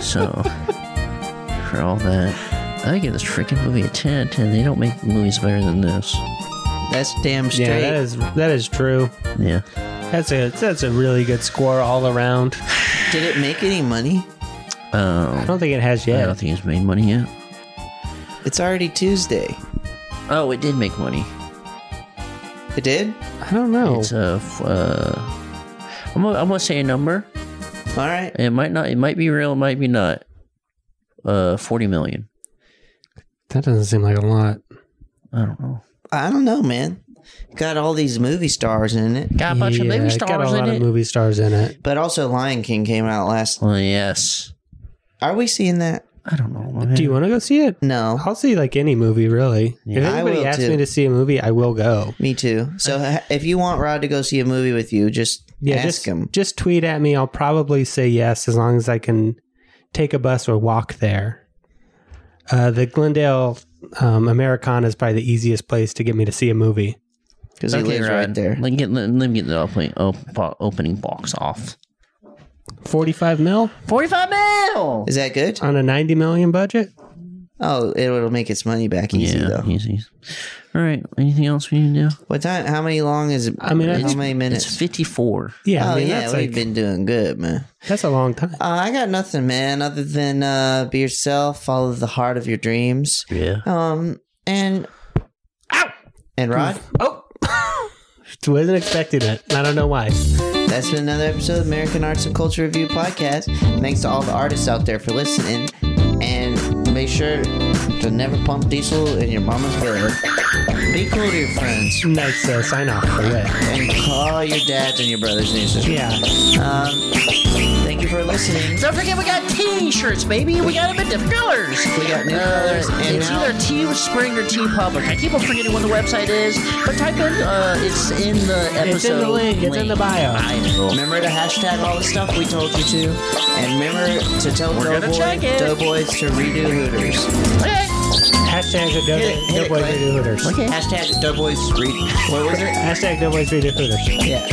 Speaker 3: so for all that. I give this freaking movie a 10 out of 10. They don't make movies better than this.
Speaker 5: That's damn straight.
Speaker 4: Yeah, that is that is true.
Speaker 3: Yeah.
Speaker 4: That's a that's a really good score all around.
Speaker 5: Did it make any money?
Speaker 4: I
Speaker 3: Um,
Speaker 4: don't think it has
Speaker 3: I
Speaker 4: yet.
Speaker 3: don't think it's made money yet.
Speaker 5: It's already Tuesday.
Speaker 3: Oh, it did make money.
Speaker 5: It did.
Speaker 4: I don't know.
Speaker 3: It's a. F- uh, I'm, gonna- I'm gonna say a number.
Speaker 5: All right.
Speaker 3: It might not. It might be real. It might be not. Uh, forty million.
Speaker 4: That doesn't seem like a lot.
Speaker 3: I don't know.
Speaker 5: I don't know, man. got all these movie stars in it.
Speaker 3: Got a bunch of movie
Speaker 4: it got a
Speaker 3: stars
Speaker 4: lot
Speaker 3: in
Speaker 4: of
Speaker 3: it.
Speaker 4: movie stars in it.
Speaker 5: But also, Lion King came out last.
Speaker 3: Well, yes.
Speaker 5: Are we seeing that?
Speaker 3: I don't know. man.
Speaker 4: Do you want to go see it?
Speaker 5: No,
Speaker 4: I'll see like any movie really. if
Speaker 5: I
Speaker 4: anybody
Speaker 5: will,
Speaker 4: asks
Speaker 5: too.
Speaker 4: me to see a movie, I will go.
Speaker 5: me too. So ha- if you want Rod to go see a movie with you, just
Speaker 4: Yeah,
Speaker 5: ask
Speaker 4: just
Speaker 5: him.
Speaker 4: just tweet at me. I'll probably say yes as long as I can take a bus or walk there. Uh, the Glendale um, Americana is probably the easiest place to get me to see a movie.
Speaker 5: because he lives right
Speaker 3: Rod.
Speaker 5: there.
Speaker 3: Let me get let me get the opening, op- bo- opening box off.
Speaker 4: Forty-five mil
Speaker 3: Forty five mil.
Speaker 5: Is that good?
Speaker 4: on a ninety million budget.
Speaker 5: Oh, it'll make its money back easy
Speaker 3: Yeah,
Speaker 5: though.
Speaker 3: easy. All right. Anything else we need to do?
Speaker 5: What time? How many long is? it?
Speaker 4: I mean,
Speaker 5: how
Speaker 4: it's-
Speaker 5: many
Speaker 3: It's
Speaker 5: minutes?
Speaker 3: fifty four.
Speaker 4: Yeah,
Speaker 5: Oh
Speaker 4: I mean
Speaker 5: yeah,
Speaker 4: that's
Speaker 5: we've
Speaker 4: like
Speaker 5: been doing good, man.
Speaker 4: that's a long time.
Speaker 5: Uh, I got nothing, man, other than uh, be yourself, follow the heart of your dreams.
Speaker 3: Yeah.
Speaker 5: Um, and and Rod,
Speaker 4: Oh, <laughs> wasn't expecting it. I don't know why.
Speaker 5: that's been another episode of American Arts and Culture Review podcast. Thanks to all the artists out there for listening, and make sure to never pump diesel in your mama's belly. Be cool to your friends,
Speaker 4: Nice uh, sign
Speaker 5: <laughs>
Speaker 4: off for that.
Speaker 5: and call your dads and your brothers and your sisters.
Speaker 4: Yeah.
Speaker 5: Um, thank you for listening.
Speaker 3: Don't forget we got T-shirts, baby. We got them in different colors.
Speaker 5: We got new colors and
Speaker 3: it's
Speaker 5: now-
Speaker 3: either T Spring or T Public. I keep on forgetting what the website is, but type in. Uh, it's in the episode.
Speaker 4: It's in the link. It's in the bio.
Speaker 3: I know.
Speaker 5: Remember to hashtag all the stuff we told you to, and remember to tell
Speaker 3: gonna
Speaker 5: Doughboy,
Speaker 3: check it.
Speaker 5: Doughboys to redo Hooters.
Speaker 3: Okay.
Speaker 4: Hashtag the
Speaker 5: Hit it, hit
Speaker 4: Doughboys Boys
Speaker 5: it, Clay.
Speaker 4: Redo Hooters.
Speaker 3: Okay.
Speaker 5: Hashtag Doughboys read. What was it?
Speaker 4: Hashtag Doughboys Redo Hooters.
Speaker 5: Yeah.